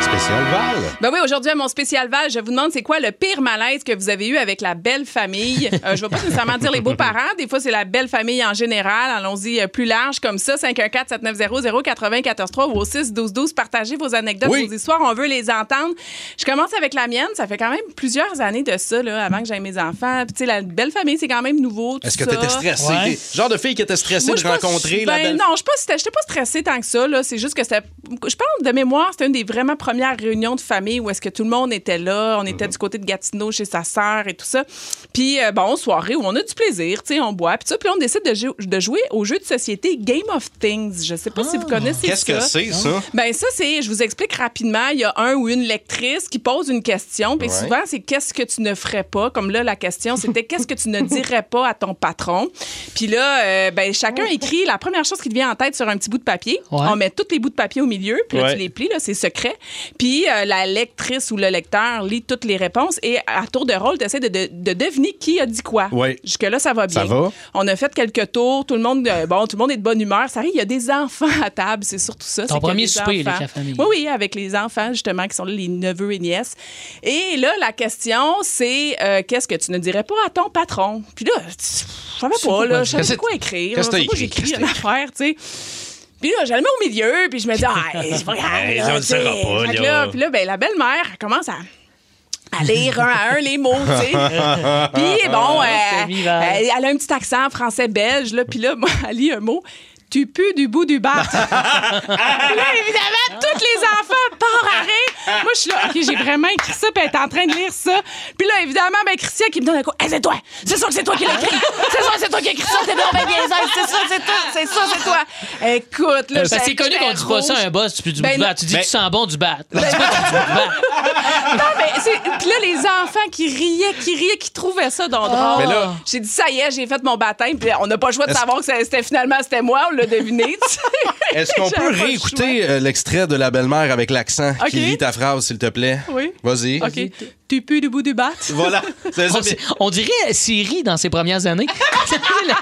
S6: Spécial Val.
S5: Ben oui, aujourd'hui, à mon spécial Val, je vous demande c'est quoi le pire malaise que vous avez eu avec la belle famille. Euh, je ne vais pas nécessairement dire les beaux-parents. Des fois, c'est la belle famille en général. Allons-y euh, plus large comme ça. 514-790-0943 ou au 6-12-12. Partagez vos anecdotes,
S6: Oui.
S5: vos histoires. On veut les entendre. Je commence avec la mienne. Ça fait quand même plusieurs années de ça, là, avant que j'aie mes enfants. Puis, tu sais, la belle famille, c'est quand même nouveau. tout
S6: Est-ce que
S5: ça.
S6: t'étais stressé? T'es- Genre de fille qui était stressée
S5: Moi,
S6: de
S5: je pense-
S6: rencontrer la
S5: ben,
S6: belle.
S5: Non, je pense que j'étais pas stressée tant que ça. là. C'est juste que c'était. Je pense de mémoire, c'était une des vraiment premières réunions de famille où est-ce que tout le monde était là. On était
S6: Mhm.
S5: du côté de Gatineau chez sa sœur et tout ça. Puis, euh, bon, soirée où on a du plaisir, tu sais, on boit. Puis ça, puis là, on décide de, jou- de jouer au jeu de société Game of Things. Je sais pas si vous connaissez
S6: Ah! Qu'est-ce
S5: ça.
S6: que c'est, ça?
S5: Ben ça, c'est, je vous explique rapidement, il y a un ou une lectrice qui pose une question, puis
S6: Ouais.
S5: souvent, c'est qu'est-ce que tu ne ferais pas? Comme là, la question, c'était qu'est-ce que tu ne dirais pas à ton patron? Puis là, euh, ben, chacun écrit la première chose qui te vient en tête sur un petit bout de papier.
S17: Ouais.
S5: On met tous les bouts de papier au milieu, puis là,
S17: Ouais.
S5: tu les plies, là, c'est secret. Puis euh, la lectrice ou le lecteur lit toutes les réponses et à tour de rôle, tu essaies de, de- de deviner qui a dit quoi.
S6: Ouais.
S5: Jusque-là, ça va bien.
S6: Ça va.
S5: On a fait quelques tours, tout le monde, euh, bon, tout le monde est de bonne humeur. Ça arrive, il y a des enfants à table, c'est surtout ça. c'est
S4: Ton
S5: qu'il y a
S4: premier
S5: des
S4: souper,
S5: enfants.
S4: là, avec la famille.
S5: Oui, oui, avec les enfants, justement, qui sont là, les neveux et nièces. Et là, la question, c'est euh, qu'est-ce que tu ne dirais pas à ton patron? Puis là, tu- je savais
S17: pas
S5: pas, là,
S17: quoi
S5: je savais
S17: dire.
S5: pas quoi écrire.
S17: Qu'est-ce que
S5: Je sais
S17: t'as écrit?
S5: pas, J'écris
S17: Qu'est-ce
S5: une
S17: que
S5: affaire, tu sais. Puis là, j'allais au milieu, puis je me dis, ah, c'est pas grave.
S17: Hey,
S5: là,
S17: on le
S5: tu sais.
S17: saura pas,
S5: Fait que
S17: là.
S5: Puis là, ben, la belle-mère, elle commence à à lire un à un les mots, tu sais.
S4: Ah,
S5: Puis bon, euh,
S17: C'est vivant.
S5: elle, elle a un petit accent français-belge, là. Puis là, moi, elle lit un mot. Tu pues du bout du bas. Puis là, évidemment, tous les enfants partent à rire. Moi, je suis là, OK, j'ai vraiment écrit ça, puis elle est en train de lire ça. Puis là, évidemment, ben, Christian qui me donne un coup. Hey, c'est toi! C'est sûr que c'est toi qui l'as écrit! C'est sûr que c'est toi qui as écrit ça! T'es bien, ben, niaiseuse. C'est sûr que c'est toi! C'est sûr que c'est toi! Écoute, là,
S4: Parce que
S5: j'étais-
S4: Ben, c'est connu qu'on dit pas ça à
S5: j'étais
S4: un boss, tu peux du
S5: Ben
S4: bat.
S5: non.
S4: Tu dis
S5: Ben-
S4: tu sens bon du bat.
S6: Ben,
S5: non, mais c'est. Puis là, les enfants qui riaient, qui riaient, qui trouvaient ça donc drôle.
S6: Mais là-
S5: J'ai dit, ça y est, j'ai fait mon baptême. Puis on n'a pas le choix de
S6: Est-ce-
S5: savoir que c'était finalement, c'était moi, on l'a deviné, tu sais.
S6: Est-ce qu'on peut
S5: J'avais pas le
S6: réécouter euh, l'extrait de la belle-mère avec l'accent
S5: Ok.
S6: qui lit ta phrase, s'il te plaît?
S5: choix. Oui.
S6: Vas-y.
S5: OK. Tu pues du bout du bat.
S6: Voilà. C'est ça,
S4: On,
S6: mais-
S4: s- on dirait Siri dans ses premières années. la,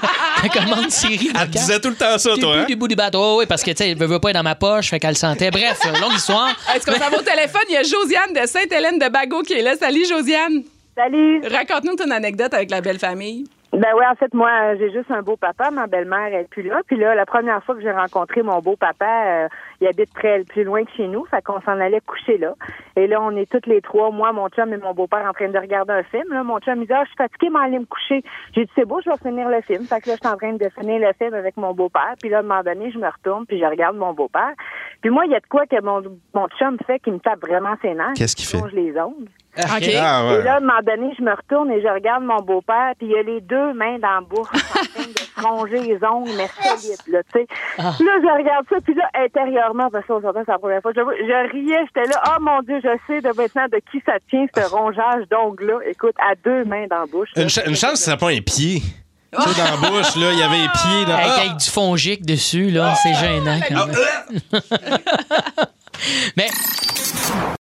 S4: la commande Siri. Elle
S6: disait tout le temps ça, toi, hein?
S4: Du bout du bat. Oh, oui, parce que, tu sais, elle veut pas être dans ma poche, fait qu'elle le sentait. Bref, euh, longue histoire.
S5: Est-ce qu'on s'en va au téléphone? Il y a Josiane de Sainte-Hélène de Bago qui est là. Salut, Josiane.
S18: Salut.
S5: Raconte-nous ton anecdote avec la belle famille.
S18: Ben oui, en fait, moi, euh, j'ai juste un beau papa. Ma belle-mère, elle est plus là. Puis là, la première fois que j'ai rencontré mon beau papa, euh, il habite très plus loin que chez nous. Fait qu'on s'en allait coucher là. Et là, on est toutes les trois, moi, mon chum et mon beau-père, en train de regarder un film. Là, mon chum, il dit, ah, je suis fatiguée, mais allez me coucher. J'ai dit, c'est beau, je vais finir le film. Fait que là, je suis en train de finir le film avec mon beau-père. Puis là, à un moment donné, je me retourne, puis je regarde mon beau-père. Puis moi, il y a de quoi que mon, mon chum fait qui me tape vraiment ses nerfs.
S6: Qu'est-ce qu'il fait?
S18: Il me ronge les ongles.
S6: Ok. Ah, ouais.
S18: Et là, à un moment donné, je me retourne et je regarde mon beau-père, puis il a les deux mains dans la bouche en train de
S19: se ronger les ongles, mais solide, là, tu sais. Là, je regarde ça, puis là, intérieurement, parce qu'on s'entend, c'est la première fois que je le vois, je riais, j'étais là, oh mon Dieu, je sais de maintenant de qui ça tient, ce rongeage d'ongles-là. Écoute, à deux mains dans la bouche. là.
S6: Une, cha- une chance, ça n'a pas un pied.
S5: Ah!
S6: Tu sais, dans la bouche, là, il y avait les pieds. Dans...
S4: Avec,
S6: Ah!
S4: avec du fongique dessus, là, c'est gênant quand même. Mais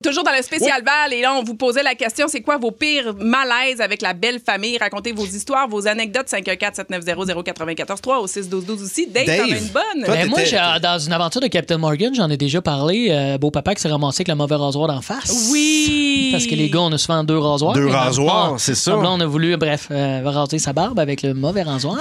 S5: Toujours dans le spécial Val, et là, on vous posait la question c'est quoi vos pires malaises avec la belle famille Racontez vos histoires, vos anecdotes 514 790 094 3 au 6 12 12 aussi. Dave, t'en as une bonne.
S4: Ben, moi, j'ai- dans une aventure de Captain Morgan, j'en ai déjà parlé. euh, Beau-papa qui s'est ramassé avec le mauvais rasoir d'en face.
S5: Oui!
S4: Parce que les gars, on a souvent deux rasoirs.
S6: Deux
S4: Mais dans le
S6: rasoirs,
S4: fond,
S6: c'est ça.
S4: comme là, on a voulu, bref, euh, raser sa barbe avec le mauvais rasoir.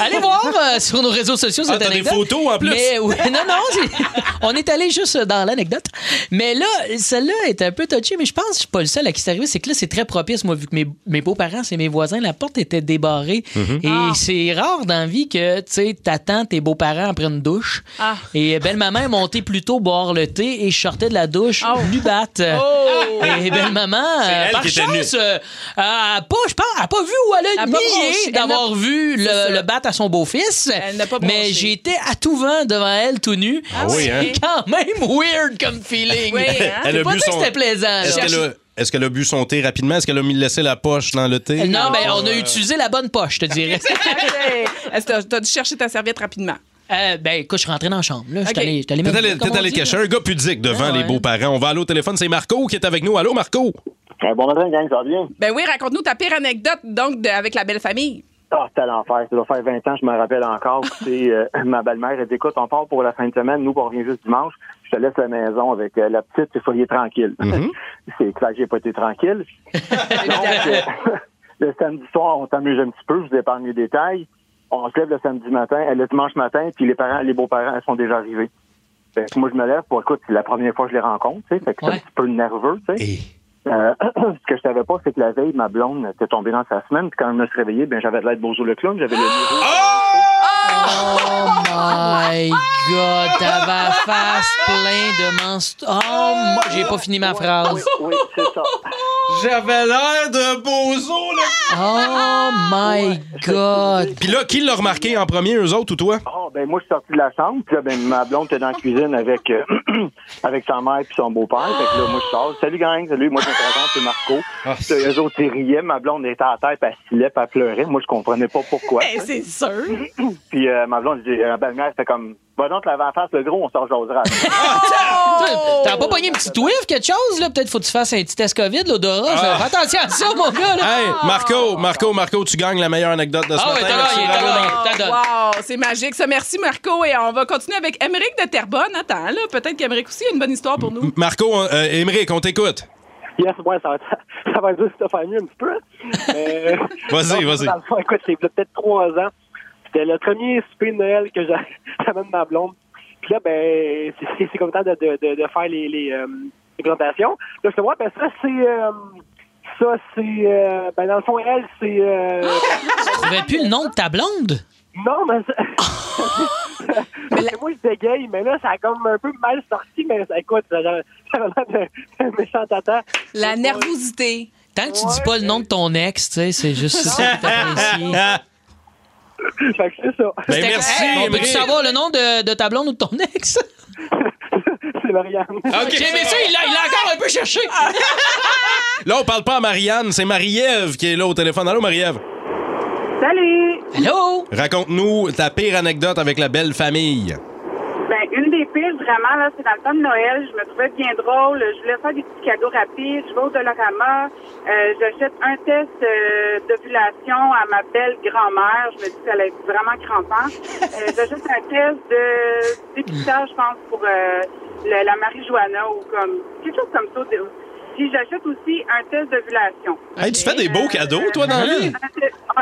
S4: Allez voir euh, sur nos réseaux sociaux
S6: Ah,
S4: cette
S6: t'as des
S4: anecdote.
S6: photos en plus.
S4: Mais, ouais, non, non, c'est- on est allé juste dans l'anecdote. Mais là, celle-là est un peu touchée, mais je pense que je suis pas le seul à qui c'est arrivé. C'est que là, c'est très propice, moi, vu que mes, mes beaux-parents, c'est mes voisins, la porte était débarrée.
S6: Mhm.
S4: Et
S5: Ah.
S4: c'est rare dans la vie que, tu sais, t'attends tes beaux-parents après une douche.
S5: Ah.
S4: Et belle-maman est montée plus tôt boire le thé et je sortais de la douche, plus batte.
S5: Oh!
S4: Et belle-maman, Eh ben, euh,
S6: elle
S4: par
S6: qui était
S4: chance,
S6: venue.
S4: euh, elle a pas, je pense, elle a pas vu ou elle a
S5: Elle a pas bronché.
S4: nié d'avoir vu
S5: ça.
S4: le, le bat à son beau-fils.
S5: Elle n'a pas bronché.
S4: Mais j'étais à tout vent devant elle, tout nu.
S6: Ah oui,
S4: C'est
S6: hein?
S4: quand même weird comme feeling.
S5: Oui, hein?
S4: Je
S6: Elle a
S4: peux pas
S6: bu
S4: dire
S6: son-
S4: que c'était plaisant.
S6: Est-ce
S4: là. Euh,
S6: qu'elle a, est-ce qu'elle a bu son thé rapidement? Est-ce qu'elle a mis laissé la poche dans le thé?
S4: Non, ben, mais on a
S6: Euh.
S4: utilisé la bonne poche, je te dirais.
S5: Est-ce que t'as- t'as dû chercher ta serviette rapidement?
S4: Euh, ben, écoute, je suis rentré dans la chambre. là.
S5: Ok.
S4: J'étais allé, j'étais allé
S6: T'es
S4: me-
S6: allé,
S4: comme
S6: t'es
S4: on
S6: allé
S4: dit, là.
S6: cacher un gars pudique devant
S4: Ah ouais.
S6: les beaux-parents. On va aller au téléphone. C'est Marco qui est avec nous. Allô, Marco?
S17: bon matin, gang, ça va bien?
S5: Ben oui, raconte-nous ta pire anecdote, donc, de- avec la belle famille.
S17: Ah, c'était l'enfer. Ça doit faire 20 ans, je me rappelle encore. C'est euh, ma belle-mère, elle dit, écoute, on part pour la fin de semaine, nous, on revient juste dimanche. Je te laisse la maison avec euh, la petite, et soyez tranquille. C'est clair que j'ai pas été tranquille. Donc, euh, le samedi soir, on s'amuse un petit peu, je vous épargne les détails. On se lève le samedi matin, euh, le dimanche matin, puis les parents, les beaux-parents, elles sont déjà arrivés. Fait que moi, je me lève pour, écoute, c'est la première fois que je les rencontre, tu sais, fait que c'est un petit peu nerveux, tu sais. Euh, ce que je savais pas, c'est que la veille, ma blonde était tombée dans sa semaine, puis quand je me suis réveillé, ben, j'avais de l'aide Bozo le clown, j'avais le nez rouge.
S4: Oh my God, t'avais la face plein de monstres. Oh, moi, j'ai pas fini ma phrase.
S5: Oh!
S17: Oui, c'est ça.
S6: J'avais l'air de bozo, là.
S4: Oh my God.
S6: Puis là, qui l'a remarqué en premier, eux autres ou toi?
S17: Ah, ben, moi, je suis sorti de la chambre, puis là, ben, ma blonde était dans la cuisine avec, euh, avec sa mère puis son beau-père. Fait que là, moi, je sors. Salut, gang, salut, moi, je me présente, c'est Marco.
S5: Ah,
S17: Puis là, eux autres, ils riaient. Ma blonde était à terre, puis elle s'ilait, puis elle pleurait. Moi, je comprenais pas pourquoi.
S5: Eh, c'est sûr.
S17: Puis euh, ma blonde, j'ai- ma belle-mère, c'était comme, va donc te laver la face, le gros, on sort jasera.
S4: Toi, T'as pas pogné une petite whiff, quelque chose, là? Peut-être faut que tu fasses un petit test COVID, l'odorat.
S6: Ah.
S4: ça. Fais attention à ça, mon gars, là.
S6: Hey, Marco, Merci, Marco, Marco, tu gagnes la meilleure anecdote de ce
S4: Ah ouais,
S6: matin.
S4: t'as
S6: Merci,
S4: gagné, t'as
S6: bravo,
S4: gagné.
S6: Marco.
S4: t'adonnes.
S5: Wow, c'est magique ça. Merci Marco et on va continuer avec Émeric de Terrebonne. Attends, là, peut-être qu'Émeric aussi a une bonne histoire pour nous.
S6: Marco, on- euh, Émeric, on t'écoute.
S17: Yes, ouais, ça va, ça va juste te faire mieux un petit peu. hein. Euh,
S6: Vas-y,
S17: donc,
S6: vas-y.
S17: Dans le fond, écoute, c'est peut-être trois ans. C'était le premier souper de Noël que j'a- j'amène ma blonde. Puis là, ben, c'est- c'est c'est comme temps de, de, de, de faire les, les, euh, les présentations. Là, je te vois, ben ça, c'est... euh, ça, c'est... euh, ben, dans le fond, elle, c'est... euh,
S6: Ah.
S4: Tu trouvais plus le nom de ta blonde?
S17: non, mais... ça- Parce que moi, je dégaye, mais là, ça a comme un peu mal sorti. Mais écoute, j'avais j'avais l'air d'un- d'un méchant tata.
S5: La nervosité.
S4: Tant que tu dis pas le nom de ton ex, tu sais, c'est juste ça qui t'apprécie.
S17: Fait que c'est ça.
S6: Ben, merci,
S4: on peut-tu
S6: Émeric.
S4: savoir le nom de, de ta blonde ou de ton ex?
S17: c'est Marianne.
S6: Ok.
S4: J'ai aimé ça, il l'a il l'a encore un peu cherché.
S6: Là, on parle pas à Marianne, c'est Marie-Ève qui est là au téléphone. Allô, Marie-Ève?
S19: Salut!
S4: Hello!
S6: Raconte-nous ta pire anecdote avec la belle famille.
S19: Ben, une des pires, vraiment, là, c'est dans le temps de Noël. Je me trouvais bien drôle. Je voulais faire des petits cadeaux rapides. Je vais au Dolorama. Euh, J'achète un test euh, d'ovulation à ma belle-grand-mère. Je me dis que ça allait être vraiment crampant. Euh, J'achète un test de dépistage, je pense, pour euh, le- la marijuana ou comme quelque chose comme ça. Puis j'achète aussi un test d'ovulation.
S6: Hey, tu fais des beaux cadeaux, toi, dans la vie?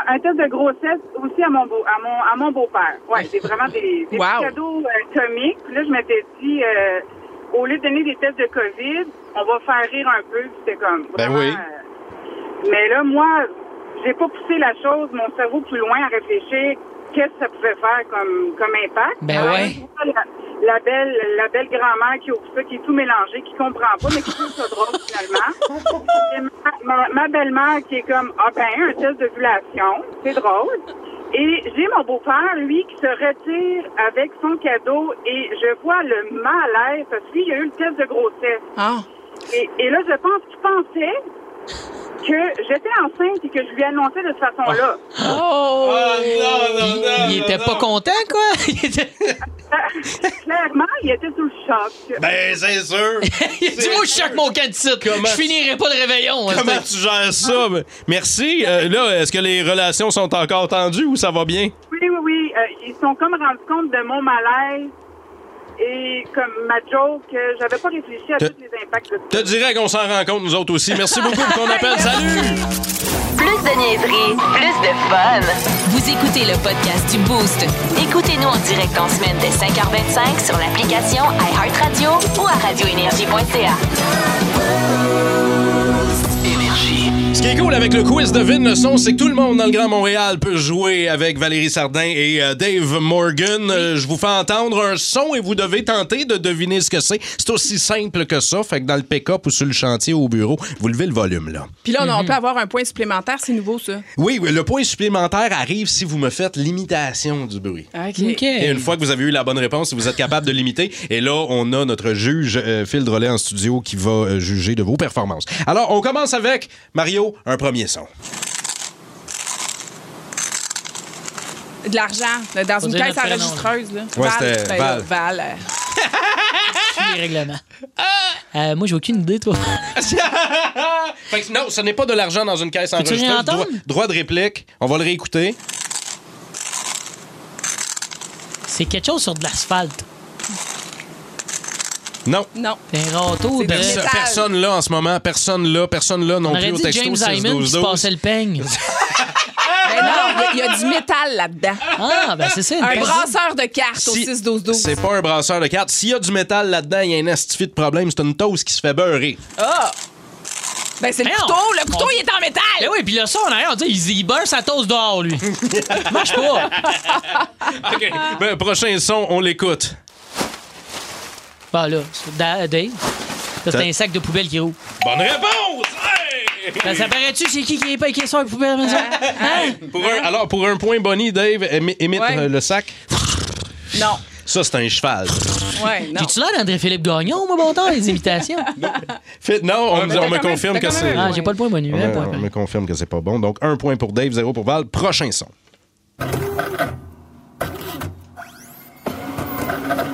S19: Un test de grossesse aussi à mon beau à mon à mon beau-père. Ouais, c'est vraiment des, des
S5: Wow.
S19: petits cadeaux euh, comiques. Puis Là, je m'étais dit euh, au lieu de donner des tests de Covid, on va faire rire un peu. Puis C'était comme
S6: Ben
S19: vraiment,
S6: oui.
S19: euh, mais là, moi, j'ai pas poussé la chose, mon cerveau plus loin à réfléchir qu'est-ce que ça pouvait faire comme comme impact.
S4: Ben
S19: Alors,
S4: ouais.
S19: La, la belle la belle grand-mère qui ouvre ça, qui est tout mélangé, qui comprend pas, mais qui trouve ça drôle finalement. Et ma, ma- ma belle-mère qui est comme, ah ben, un test d'ovulation, c'est drôle. Et j'ai mon beau-père, lui, qui se retire avec son cadeau et je vois le malaise parce qu'il a eu le test de grossesse.
S5: Ah.
S19: Et, et là, je pense qu'il pensait que j'étais enceinte et que je lui annonçais de cette façon-là.
S4: Oh!
S6: Ah,
S4: Il- il était pas content, quoi? Il était-
S19: Clairement, il était sous le choc.
S6: Ben, c'est sûr.
S4: Dis-moi, je choque mon camp de titre. Je finirai pas le réveillon. hein,
S6: Comment
S4: c'est-
S6: tu gères ça? Ben, Merci. Euh, là, est-ce que les relations sont encore tendues ou ça va bien?
S19: Oui, oui, oui. euh, ils sont comme rendus compte de mon malaise et comme ma joke, euh, j'avais pas réfléchi à
S6: Te-
S19: tous les impacts de
S6: Te dirais qu'on s'en rend compte, nous autres aussi. Merci beaucoup pour ton appel. Salut!
S10: Plus de niaiserie, plus de fun. Vous écoutez le podcast du Boost. Écoutez-nous en direct en semaine dès 5h25 sur l'application iHeartRadio ou à radioénergie.ca.
S6: Ce qui est cool avec le quiz Devine le son, c'est que tout le monde dans le Grand Montréal peut jouer avec Valérie Sardin et euh, Dave Morgan. Euh, je vous fais entendre un son et vous devez tenter de deviner ce que c'est. C'est aussi simple que ça. Fait que dans le pick-up ou sur le chantier ou au bureau, vous levez le volume, là.
S5: Puis là, on,
S6: Mhm.
S5: on peut avoir un point supplémentaire, c'est nouveau, ça.
S6: Oui, oui, le point supplémentaire arrive si vous me faites l'imitation du bruit.
S5: OK.
S6: Et une fois que vous avez eu la bonne réponse, si vous êtes capable de l'imiter, et là, on a notre juge euh, Phil Drolet en studio qui va euh, juger de vos performances. Alors, on commence avec Mario, un premier son.
S5: De l'argent, là, dans
S4: Faut
S5: une
S4: dire
S5: caisse
S4: notre prénom,
S5: enregistreuse. Là.
S6: Ouais, c'était
S5: ben là,
S6: Val.
S5: Val, euh,
S4: les règlements. Euh, moi, j'ai aucune idée, toi.
S6: Fait que non, ce n'est pas de l'argent dans une caisse
S4: Peux-tu
S6: enregistreuse.
S4: réentendre?
S6: Droit- droit de réplique. On va le réécouter.
S4: C'est quelque chose sur de l'asphalte. Euh,
S6: Non.
S5: Non.
S4: C'est un râteau de...
S6: Perso- personne là en ce moment, personne là, personne là non
S4: On
S6: plus
S4: aurait
S6: au
S4: dit
S6: texto
S4: James Hyman qui se
S6: 6-12-12.
S4: passait le peigne.
S19: Ah!
S5: ben non, il y, a- il y a du métal là-dedans.
S4: Ah, ben c'est ça. une
S5: Un
S4: personne-
S5: brasseur de cartes
S6: Si-
S5: au 6-12-12.
S6: C'est pas un brasseur de cartes. S'il y a du métal là-dedans, il y a un astifi de problème. C'est une toast qui se fait beurrer.
S5: Ah! Ben c'est le
S4: Voyons.
S5: couteau, le couteau,
S4: On-
S5: il est en métal!
S4: Ben oui, puis là, ça, on a on dit, il, il beurre sa toast dehors, lui. Marche pas.
S6: OK.
S4: Ah.
S6: Ben, prochain son, on l'écoute.
S4: Bah là, c'est da- Dave. Ça,
S6: Ça-
S4: C'est un sac de poubelle qui roule.
S6: Bonne réponse!
S4: Ben, ça paraît-tu, c'est qui qui est pas qui sort avec poubelle à la maison? Hein?
S6: Pour un- alors, pour un point Bonnie, Dave, émi- imite
S4: Ouais.
S6: euh, le sac.
S5: Non.
S6: Ça, c'est un cheval.
S5: Ouais, non.
S4: J'ai-tu l'air d'André-Philippe Gagnon, moi, bon temps, les imitations?
S6: Fait- non, on, me- on me confirme que c'est.
S4: Ah, j'ai pas le point bonus.
S6: On,
S4: hein,
S6: me-
S4: pour
S6: on me confirme que c'est pas bon. Donc, un point pour Dave, zéro pour Val. Prochain son.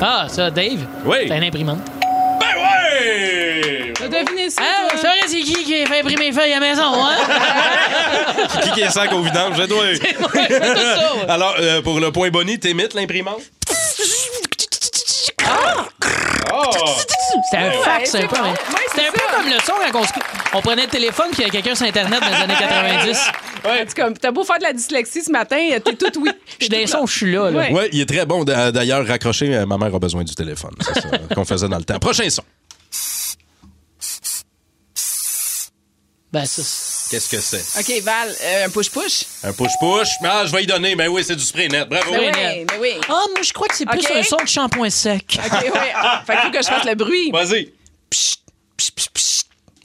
S4: Ah, ça, Dave?
S6: Oui.
S4: T'as une imprimante.
S6: Ben ouais!
S5: T'as deviné ça?
S4: Ah,
S5: toi?
S4: c'est vrai, c'est qui qui fait imprimer les feuilles à la maison, hein?
S6: Qui qui est sac au vidange? Je dois.
S4: C'est moi, c'est tout ça, ouais.
S6: Alors, euh, pour le point Bonnie, t'émites l'imprimante?
S4: Ah!
S6: Oh!
S4: C'était un
S5: Ouais,
S4: fax,
S5: c'est
S4: un peu.
S5: bon.
S4: hein.
S5: Ouais, c'est
S4: C'était un peu
S5: ça.
S4: comme le son quand on, se- on prenait le téléphone puis il y a quelqu'un sur Internet dans les années 90.
S5: En tout cas, T'as beau faire de la dyslexie ce matin, euh, t'es tout oui.
S4: Je suis dans les sons, je suis là. là.
S5: Ouais.
S6: Ouais, il est très bon. D'a- D'ailleurs, raccrocher, euh, ma mère a besoin du téléphone. C'est ça qu'on faisait dans le temps. Prochain son.
S4: Ben, ça, c'est-
S6: Qu'est-ce que c'est?
S5: OK, Val, euh, un push-push?
S6: Un push-push. Ah, je vais y donner. Ben oui, c'est du spray net. Bravo.
S5: Ben
S4: Oui,
S5: oui, ben oui.
S4: Ah, moi, je crois que c'est plus
S5: Ok.
S4: un son de shampoing sec.
S5: OK, ouais. Ah, Fait qu'il faut que je fasse le bruit.
S6: Vas-y.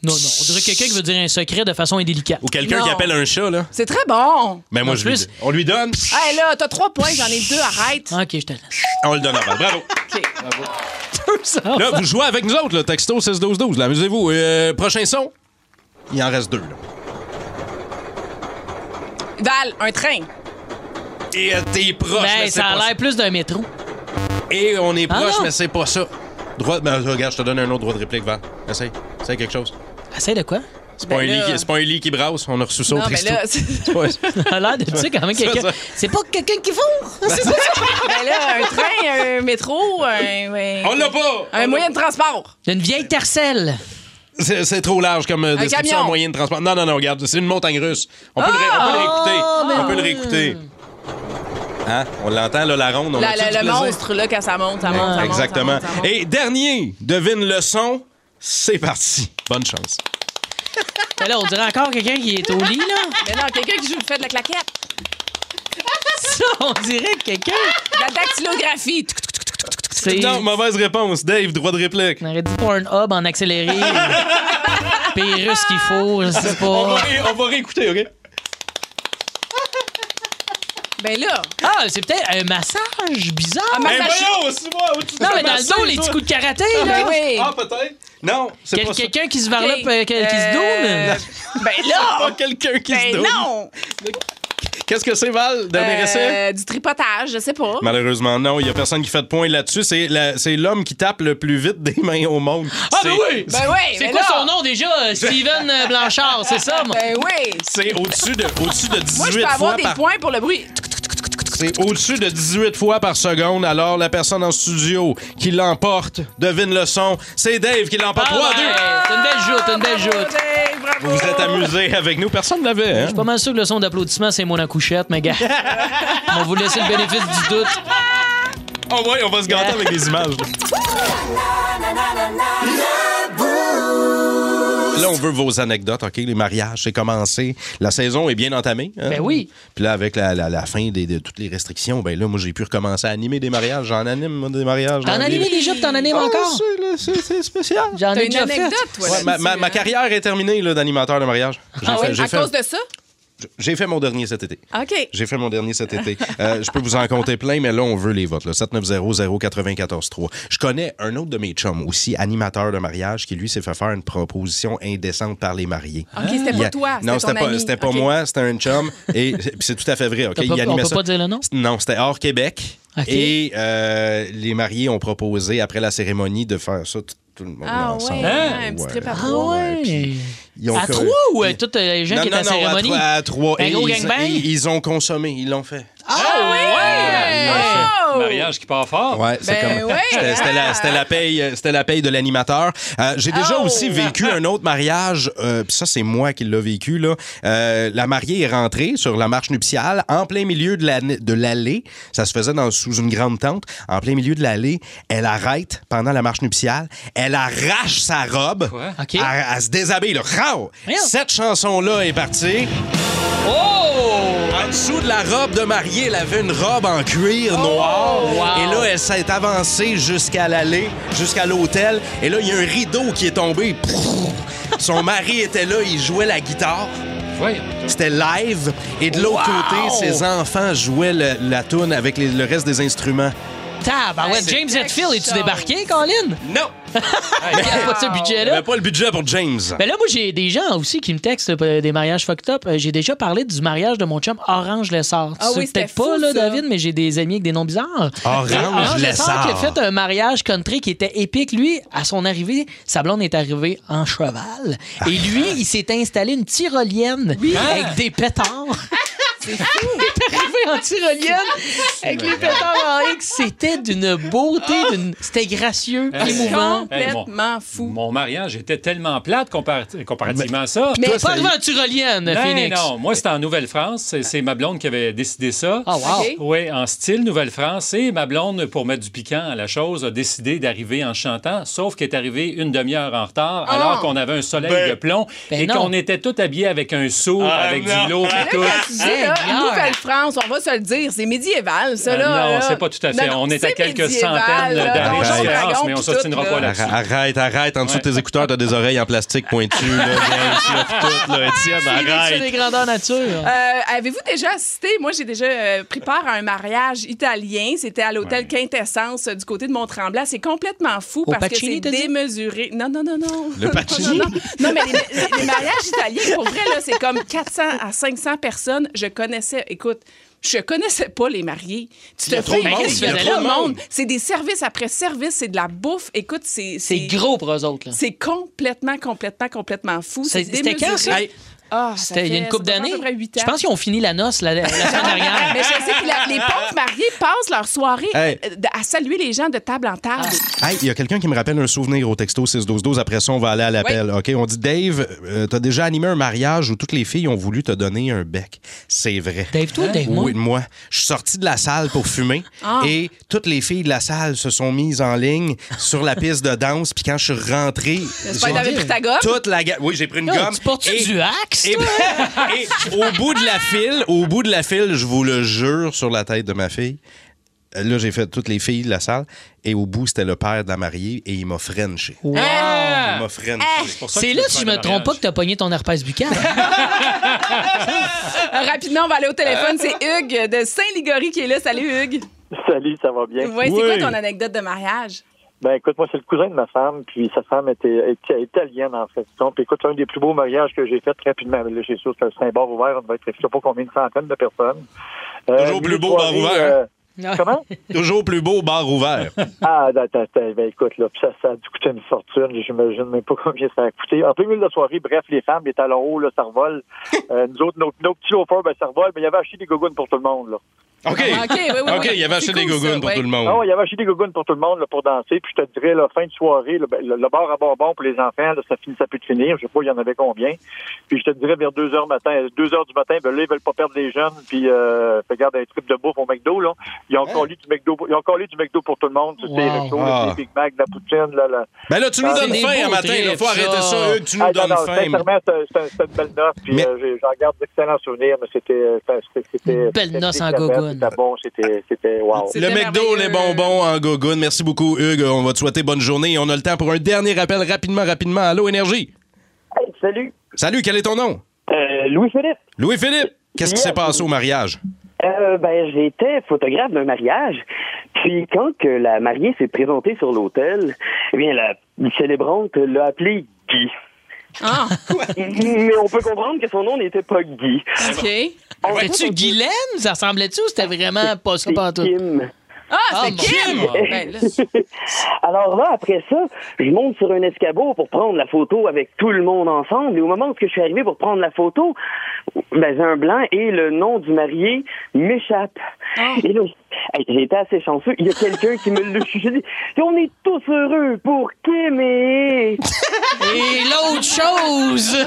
S4: Non, non, on dirait quelqu'un qui veut dire un secret de façon indélicate.
S6: Ou quelqu'un qui
S5: Non.
S6: appelle un chat, là.
S5: C'est très bon.
S6: Ben moi,
S4: En
S6: je lui
S4: plus-
S6: dis- on lui donne.
S5: Hey, là, t'as trois points, j'en ai deux, arrête.
S4: Ok, je te laisse.
S6: Ah, On le donne avant. Bravo.
S5: OK.
S6: Là, vous jouez avec nous autres, le texto 6-12-12. là. Amusez-vous. Euh, prochain son. Il en reste deux, là.
S5: Val, un train.
S6: Et euh, t'es proche, mais
S4: Ben,
S6: c'est
S4: ça a
S6: pas ça.
S4: l'air plus d'un métro.
S6: Et on est
S4: Ah,
S6: proche,
S4: non.
S6: mais c'est pas ça. Droit... Ben, regarde, je te donne un autre droit de réplique, Val. Essaye. Essaye quelque chose.
S4: Essaye de quoi?
S6: C'est pas,
S5: Ben
S6: un lit
S5: là-
S6: qui- c'est pas un lit qui brasse. On a reçu ça au
S5: Non, mais
S6: texto.
S5: là, c'est-
S6: C'est pas-
S4: Ça a l'air de, tu sais, quand même,
S6: Ça,
S4: quelqu'un.
S6: ça.
S4: C'est pas quelqu'un qui fout! C'est ça!
S5: ben là, un train, un métro, un. ouais.
S6: On l'a pas!
S5: Un moyen de transport.
S4: J'ai une vieille tercelle.
S6: C'est c'est trop large comme euh, description
S5: camion. Ah,
S6: en moyen de transport. Non, non, non, regarde, c'est une montagne russe. On peut, le, ré- on peut le réécouter.
S5: oh,
S6: on peut le réécouter. Hein? On l'entend, là, la ronde. On
S5: La-
S6: a-tu
S5: la-
S6: du
S5: le
S6: plaisir?
S5: monstre, là, quand ça monte, ça monte, ça monte. ça
S6: Exactement.
S5: monte, ça monte.
S6: Et dernier, devine le son. C'est parti. Bonne chance.
S4: Ben là, on dirait encore quelqu'un qui est au lit, là.
S5: Mais non, quelqu'un qui joue le fait de la claquette.
S4: Ça, on dirait quelqu'un.
S5: De La dactylographie.
S4: C'est.
S6: Non, mauvaise réponse. Dave, droit de réplique.
S4: On aurait dit Pornhub en accéléré. Pérus qu'il faut, je sais
S6: On va,
S4: pas.
S6: ré- on va réécouter, OK?
S5: Ben là.
S4: Ah, c'est peut-être un massage bizarre.
S5: Un massage- Ben voyons,
S6: c'est moi.
S4: non, mais dans le dos, les petits coups de karaté, là.
S6: Ah, peut-être. Non, c'est
S4: Quel-
S6: pas ça.
S4: quelqu'un qui se varlope,
S5: Ok.
S4: euh, qui- qui se
S5: Euh,
S4: double.
S5: Ben là!
S6: Ah, Pas quelqu'un qui se
S5: Ben
S6: double.
S5: non!
S6: Qu'est-ce que c'est, Val, dernier
S5: Euh,
S6: essai?
S5: Du tripotage, je sais pas.
S6: Ben, Malheureusement, non. Il n'y a personne qui fait de point là-dessus. C'est la- c'est l'homme qui tape le plus vite des mains au monde.
S4: Ah,
S6: C'est-
S4: ben oui!
S6: c'est-
S5: oui,
S4: C'est
S5: mais
S4: quoi
S5: là-
S4: son nom déjà? Euh, Steven euh, Blanchard, c'est ça? moi?
S5: Ben oui!
S6: C'est au-dessus de, au-dessus de 18
S5: Moi, je peux
S6: fois
S5: avoir des
S6: par...
S5: points pour le bruit.
S6: C'est au-dessus de 18 fois par seconde. Alors, la personne en studio qui l'emporte, devine le son, c'est Dave qui l'emporte. 3-2.
S4: Ah, C'est une belle joute, une belle joute.
S6: Vous vous êtes amusé avec nous. Personne ne l'avait.
S4: Je
S6: Hein?
S4: suis pas mal sûr que le son d'applaudissement, c'est mon accouchette, mais gars. On va vous laisser le bénéfice du doute.
S6: Oh, ouais, on va se gâter
S4: Yeah.
S6: avec des images. là. Là, on veut vos anecdotes, OK? Les mariages, c'est commencé. La saison est bien entamée. hein?
S4: Ben oui.
S6: Puis là, avec la, la- la fin des- de toutes les restrictions, ben là, moi, j'ai pu recommencer à animer des mariages. J'en anime, moi, des mariages.
S4: T'en
S6: dans
S4: as
S6: les-
S4: animé déjà, puis t'en animes encore?
S6: C'est spécial.
S4: Oh, J'en
S5: T'as
S4: ai
S5: une
S4: déjà fait.
S5: anecdote, toi.
S6: Ouais, ma,
S5: là-dessus,
S6: ma-
S5: hein?
S6: ma carrière est terminée là, d'animateur de mariage. J'ai
S5: Ah
S6: fait-
S5: oui,
S6: j'ai
S5: à
S6: fait-
S5: cause de Ah ça?
S6: j'ai fait mon dernier cet été.
S5: OK.
S6: J'ai fait mon dernier cet été. Euh, je peux vous en compter plein, mais là, on veut les votes. là. 790-094-3. Je connais un autre de mes chums aussi, animateur de mariage, qui lui s'est fait faire une proposition indécente par les mariés.
S5: OK, Ah, c'était
S6: Il
S5: pas
S6: a-
S5: toi.
S6: Non,
S5: c'était
S6: c'était
S5: ton
S6: pas,
S5: ami.
S6: c'était pas
S5: OK.
S6: moi, c'était un chum. Et puis c'est tout à fait vrai. OK?
S4: T'as pas-
S6: Il animait
S4: on peut
S6: ça-
S4: pas dire le nom?
S6: Non, c'était hors Québec.
S4: OK.
S6: Et euh, les mariés ont proposé, après la cérémonie, de faire ça tout, tout le monde
S5: Ah
S6: ensemble.
S5: ouais, hein, un petit trip à
S4: Ah
S5: trois.
S4: ouais.
S6: Ils ont
S4: À
S6: que-
S4: trois ou euh, toutes euh, les gens
S6: Non,
S4: qui étaient
S6: non,
S4: à la
S6: non,
S4: cérémonie?
S6: À trois, à trois.
S4: Un
S6: Et
S4: gros
S6: ils-
S4: gangbang?
S6: ils- ils ont consommé, ils l'ont fait.
S5: Ah
S3: Ah, Un
S5: oui!
S3: Mariage qui part
S4: Oh,
S3: fort.
S6: Ouais, c'est
S5: Ben
S6: comme-
S5: ouais,
S6: c'était- C'était la, c'était
S4: ah.
S6: la paye, euh, c'était la paye de l'animateur. Euh, J'ai déjà
S4: Oh.
S6: aussi vécu un autre mariage. euh, Puis ça, c'est moi qui l'ai vécu là. Euh, la mariée est rentrée sur la marche nuptiale en plein milieu de la- de l'allée. ça se faisait dans, sous une grande tente. En plein milieu de l'allée, elle arrête pendant la marche nuptiale. Elle arrache sa robe.
S4: OK.
S6: Elle, elle se déshabille. Là. Rao! Cette chanson là est partie.
S4: Oh!
S6: En dessous de la robe de mariée, elle avait une robe en cuir noir.
S4: wow.
S6: Et là, elle s'est avancée jusqu'à l'allée, jusqu'à l'hôtel. Et là, il y a un rideau qui est tombé. Pfff. Son mari était là, il jouait la guitare. C'était live. Et de l'autre côté, ses enfants jouaient le- la toune avec les- le reste des instruments.
S4: Tab, ah ouais,
S5: C'est
S4: James
S5: quelque
S4: Hetfield, es-tu
S5: chose.
S4: débarqué, Colin?
S6: Non!
S4: Il n'y a pas de ce
S6: Il n'y
S4: budget-là.
S6: avait pas le budget pour James.
S4: Ben là, moi, j'ai des gens aussi qui me textent euh, des mariages fucked up. Euh, J'ai déjà parlé du mariage de mon chum Orange Lessard. Tu
S5: Ah
S4: sais
S5: oui, c'était
S4: peut-être pas,
S5: fou,
S4: là,
S5: ça.
S4: David, mais j'ai des amis avec des noms bizarres.
S6: Orange
S4: Et qui a
S6: Lessard.
S4: Ah, fait un mariage country qui était épique. Lui, à son arrivée, sa blonde est arrivée en cheval. Et lui, il s'est installé une tyrolienne avec des pétards. Il est arrivé en tyrolienne avec les pétards en X. C'était d'une beauté, d'une... c'était gracieux,
S5: Ah.
S3: Hey,
S4: émouvant.
S3: hey, mon-
S5: Complètement fou.
S3: Mon mariage était tellement plate compar- comparativement à ça.
S4: Mais pas arrivé en tyrolienne,
S3: Ben
S4: Phoenix.
S3: non, moi c'était en Nouvelle-France, c'est- c'est ma blonde qui avait décidé ça.
S4: Ah, wow.
S5: OK.
S3: Oui, en style Nouvelle-France. Et ma blonde, pour mettre du piquant à la chose, a décidé d'arriver en chantant, sauf qu'elle est arrivée une demi-heure en retard, alors qu'on avait un soleil de plomb
S4: Ben
S3: et
S4: non.
S3: qu'on était tous habillés avec un seau, avec du lot et tout.
S5: Là, quand tu dis, là,
S4: Seigneur.
S5: Nouvelle-France, on va se le dire, c'est médiéval, ça,
S3: Euh,
S5: là.
S3: non,
S5: là.
S3: c'est pas tout à fait.
S5: Non, non,
S3: On est à
S5: c'est
S3: quelques
S5: médiéval,
S3: centaines
S5: là,
S3: d'années
S6: donjon,
S3: de différence,
S5: dragon,
S3: mais on
S5: puis
S3: s'obstinera
S5: tout,
S3: pas
S5: là.
S3: là-dessus.
S6: Arrête, arrête, arrête. En dessous de tes écouteurs, t'as des oreilles en plastique pointues. Là, James, là, pis tout, là. Étienne,
S3: ben,
S4: C'est
S6: arrête.
S4: des grandeurs nature.
S5: Euh, Avez-vous déjà assisté? Moi, j'ai déjà euh, pris part à un mariage italien. C'était à l'hôtel Quintessence euh, du côté de Mont-Tremblant. C'est complètement fou
S4: Au
S5: parce
S4: Pacini,
S5: que
S4: t'as
S5: c'est
S4: dit?
S5: démesuré. Non, non, non, non.
S6: Le
S5: Non,
S6: Pacini?
S5: Non, non. Non, mais les, les- les mariages italiens, pour vrai, là, c'est comme 400 à 500 personnes. Je connaissais, écoute, je connaissais pas les mariés. Tu te
S6: trop de
S5: fais-
S6: monde,
S5: qu'est-ce que
S4: il y a
S5: tu fais
S4: trop de
S5: là?
S4: monde.
S5: C'est des services après services, c'est de la bouffe. Écoute, c'est
S4: C'est gros pour eux autres. là.
S5: C'est complètement, complètement, complètement fou.
S4: C'est-
S5: C'est
S4: C'était quand, ça?
S5: démesuré. Ah, ça
S4: C'était il y a
S5: fait-
S4: une couple
S5: ça doit faire à
S4: d'années.
S5: peu près huit
S4: Je
S5: ans.
S4: pense qu'ils ont fini la noce la, la semaine dernière.
S5: Ah, Mais je sais que la- les pauvres mariés passent leur soirée
S6: Ah. Hey. Ah,
S5: euh, de- à saluer les gens de table en table.
S6: Hey, il y a quelqu'un qui me rappelle un souvenir au texto 61212. Après ça, on va aller à l'appel. OK? On dit Dave, euh, t'as déjà animé un mariage où toutes les filles ont voulu te donner un bec. C'est vrai.
S4: Dave, toi, Dave, moi.
S6: Oui, moi. Je suis sorti de la salle pour fumer
S5: Ah.
S6: et toutes les filles de la salle se sont mises en ligne sur la piste de danse. Puis quand je suis rentré,
S5: J'espère que t'avais pris ta gomme.
S6: toute la ga- Oui, j'ai pris une
S4: Yo,
S6: gomme.
S4: Oh, tu portes
S6: Et-
S4: du axe?
S6: et,
S4: toi?
S5: ben,
S6: et au bout de la file, au bout de la file, je vous le jure sur la tête de ma fille. euh, Là, j'ai fait toutes les filles de la salle. Et au bout, c'était le père de la mariée et il m'a frenché.
S4: Wow.
S5: Hein?
S6: Elle m'a freiné.
S5: pour ça que
S4: C'est
S5: tu
S4: là,
S5: veux
S4: si
S5: faire
S4: je
S5: le
S4: me trompe pas, que t'as pogné ton herpès buccal. hein?
S5: Euh, Rapidement, on va aller au téléphone. C'est Hugues de Saint-Ligory qui est là. Salut, Hugues.
S8: Salut, ça va bien?
S5: Ouais, C'est quoi ton anecdote de mariage?
S8: Ben écoute, moi c'est le cousin de ma femme, puis sa femme était, était italienne en fait. Donc écoute, un des plus beaux mariages que j'ai fait rapidement. Là, c'est sûr que c'est un bar ouvert, on devait être, je sais pas combien, une centaine de personnes. Euh,
S6: Toujours plus
S8: milieu
S6: beau
S8: de
S6: bar
S8: soirée,
S6: ouvert. hein?
S8: euh, comment?
S6: Toujours plus beau bar ouvert.
S8: Ah, attends, attends, ben écoute, là, puis ça, ça a dû coûter une fortune. J'imagine même pas combien ça a coûté. En plein milieu de la soirée, bref, les femmes, les talons hauts, là, ça revole. Euh, nous autres, nos, nos petits loafers, ben ça revole. Mais il y avait acheté des gogoons pour tout le monde, là.
S6: OK.
S8: Ah,
S6: OK, oui, oui, OK, oui. il avait acheté C'est des cool, gogoons ça, pour ouais. tout le monde.
S8: Ah, ouais, il avait acheté des gogoons pour tout le monde, là, pour danser. Puis je te dirais, la fin de soirée, là, ben, le, le bar à bonbons pour les enfants, là, ça, finit, ça peut te finir. Je sais pas, il y en avait combien. Puis je te dirais, vers 2 heures, matin, 2 heures du matin, ben là, ils veulent pas perdre les jeunes. Puis, euh, fait, regarde, un trip de bouffe au McDo, là. Ils ont collé du McDo, ils ont collé du McDo pour tout le monde. Tu sais, les
S6: Wow.
S8: restos, là,
S6: Ah.
S8: les Big Mac, la poutine, là, la...
S6: Ben là, tu nous
S8: Ah,
S6: donnes
S8: c'est
S6: faim
S8: des
S6: un
S8: beaux
S6: matin, là.
S8: trips,
S6: Faut arrêter ça, Hugues, tu nous
S8: Ah, non,
S6: donnes
S8: non,
S6: faim.
S8: Sincèrement, c'est- c'est c'est une belle note. Puis euh, j'ai- j'en garde d'excellents souvenirs, mais c'était. euh, c'était- c'était-
S4: belle
S8: c'était
S4: noce en
S8: décadent,
S4: gogoune.
S8: C'était bon, c'était. c'était- Wow.
S6: Le McDo, les bonbons en gogoon. Merci beaucoup, Hugues. On va te souhaiter bonne journée. Et On a le temps pour un dernier appel rapidement, rapidement. Allô, Énergie.
S8: salut.
S6: Salut, quel est ton nom?
S20: Euh, Louis-Philippe.
S6: Louis-Philippe, qu'est-ce qui
S20: Yes.
S6: s'est passé au mariage?
S20: Euh, ben, j'étais photographe d'un mariage. Puis quand que la mariée s'est présentée sur l'hôtel, eh bien, la célébrante l'a appelé Guy.
S5: Ah!
S20: Mais on peut comprendre que son nom n'était pas Guy.
S5: OK.
S4: C'était-tu Guylaine? Ça ressemblait-tu ou c'était vraiment pas ça pas tout?
S5: Ah,
S4: Ah,
S5: c'est
S4: mon
S5: Kim!
S4: Dieu.
S5: Ben, là,
S20: Alors là, après ça, je monte sur un escabeau pour prendre la photo avec tout le monde ensemble. Et au moment où je suis arrivé pour prendre la photo, ben, j'ai un blanc et le nom du marié m'échappe. Et là, hey, j'ai été assez chanceux. Il y a quelqu'un qui me l'a chuchoté. On est tous heureux pour Kim et...
S4: Et l'autre chose!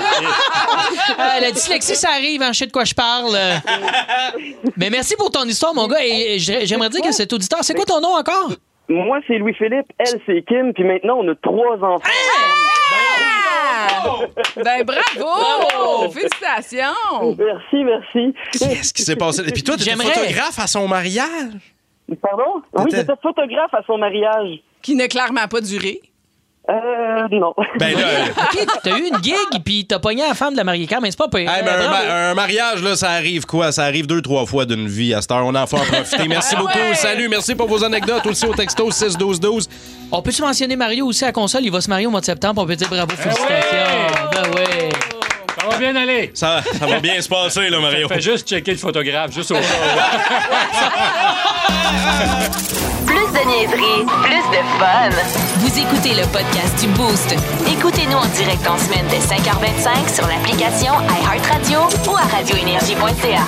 S4: Ah, la dyslexie, ça arrive, hein, je sais de quoi je parle. Mais merci pour ton histoire, mon gars. Et et j'ai- j'aimerais dire que cet auditeur, c'est quoi ton nom encore?
S20: Moi, c'est Louis-Philippe, elle, c'est Kim, puis maintenant, on a trois enfants.
S5: ben, bravo! Félicitations!
S20: Merci, merci.
S6: Qu'est-ce qui s'est passé? Puis toi, t'étais
S5: J'aimerais-
S6: photographe à son mariage?
S20: Pardon? Oui, j'étais photographe à son mariage.
S5: Qui n'a clairement pas duré.
S20: Euh, non.
S6: Ben là,
S4: OK, t'as eu une gig, puis t'as pogné la femme de la mariée quand mais c'est pas pire.
S5: ben,
S6: Hey, mais un,
S4: Bravo.
S6: ma- un mariage, là, ça arrive quoi? Ça arrive deux, trois fois d'une vie à cette heure. On en faut en profiter. Merci
S4: Ah
S6: beaucoup.
S4: ouais!
S6: Salut. Merci pour vos anecdotes. Aussi au texto 6-12-12.
S4: On peut-tu mentionner Mario aussi à la console? Il va se marier au mois de septembre. On peut dire
S5: Eh
S4: bravo, félicitations. Ben ouais.
S3: Ça va bien aller.
S6: Ça, ça va bien se passer, là, Mario.
S3: Fais juste checker le photographe, juste au cas où.
S10: Plus de niaiserie, plus de fun. Vous écoutez le podcast du Boost. Écoutez-nous en direct en semaine dès 5h25 sur l'application iHeartRadio ou à radioénergie.ca.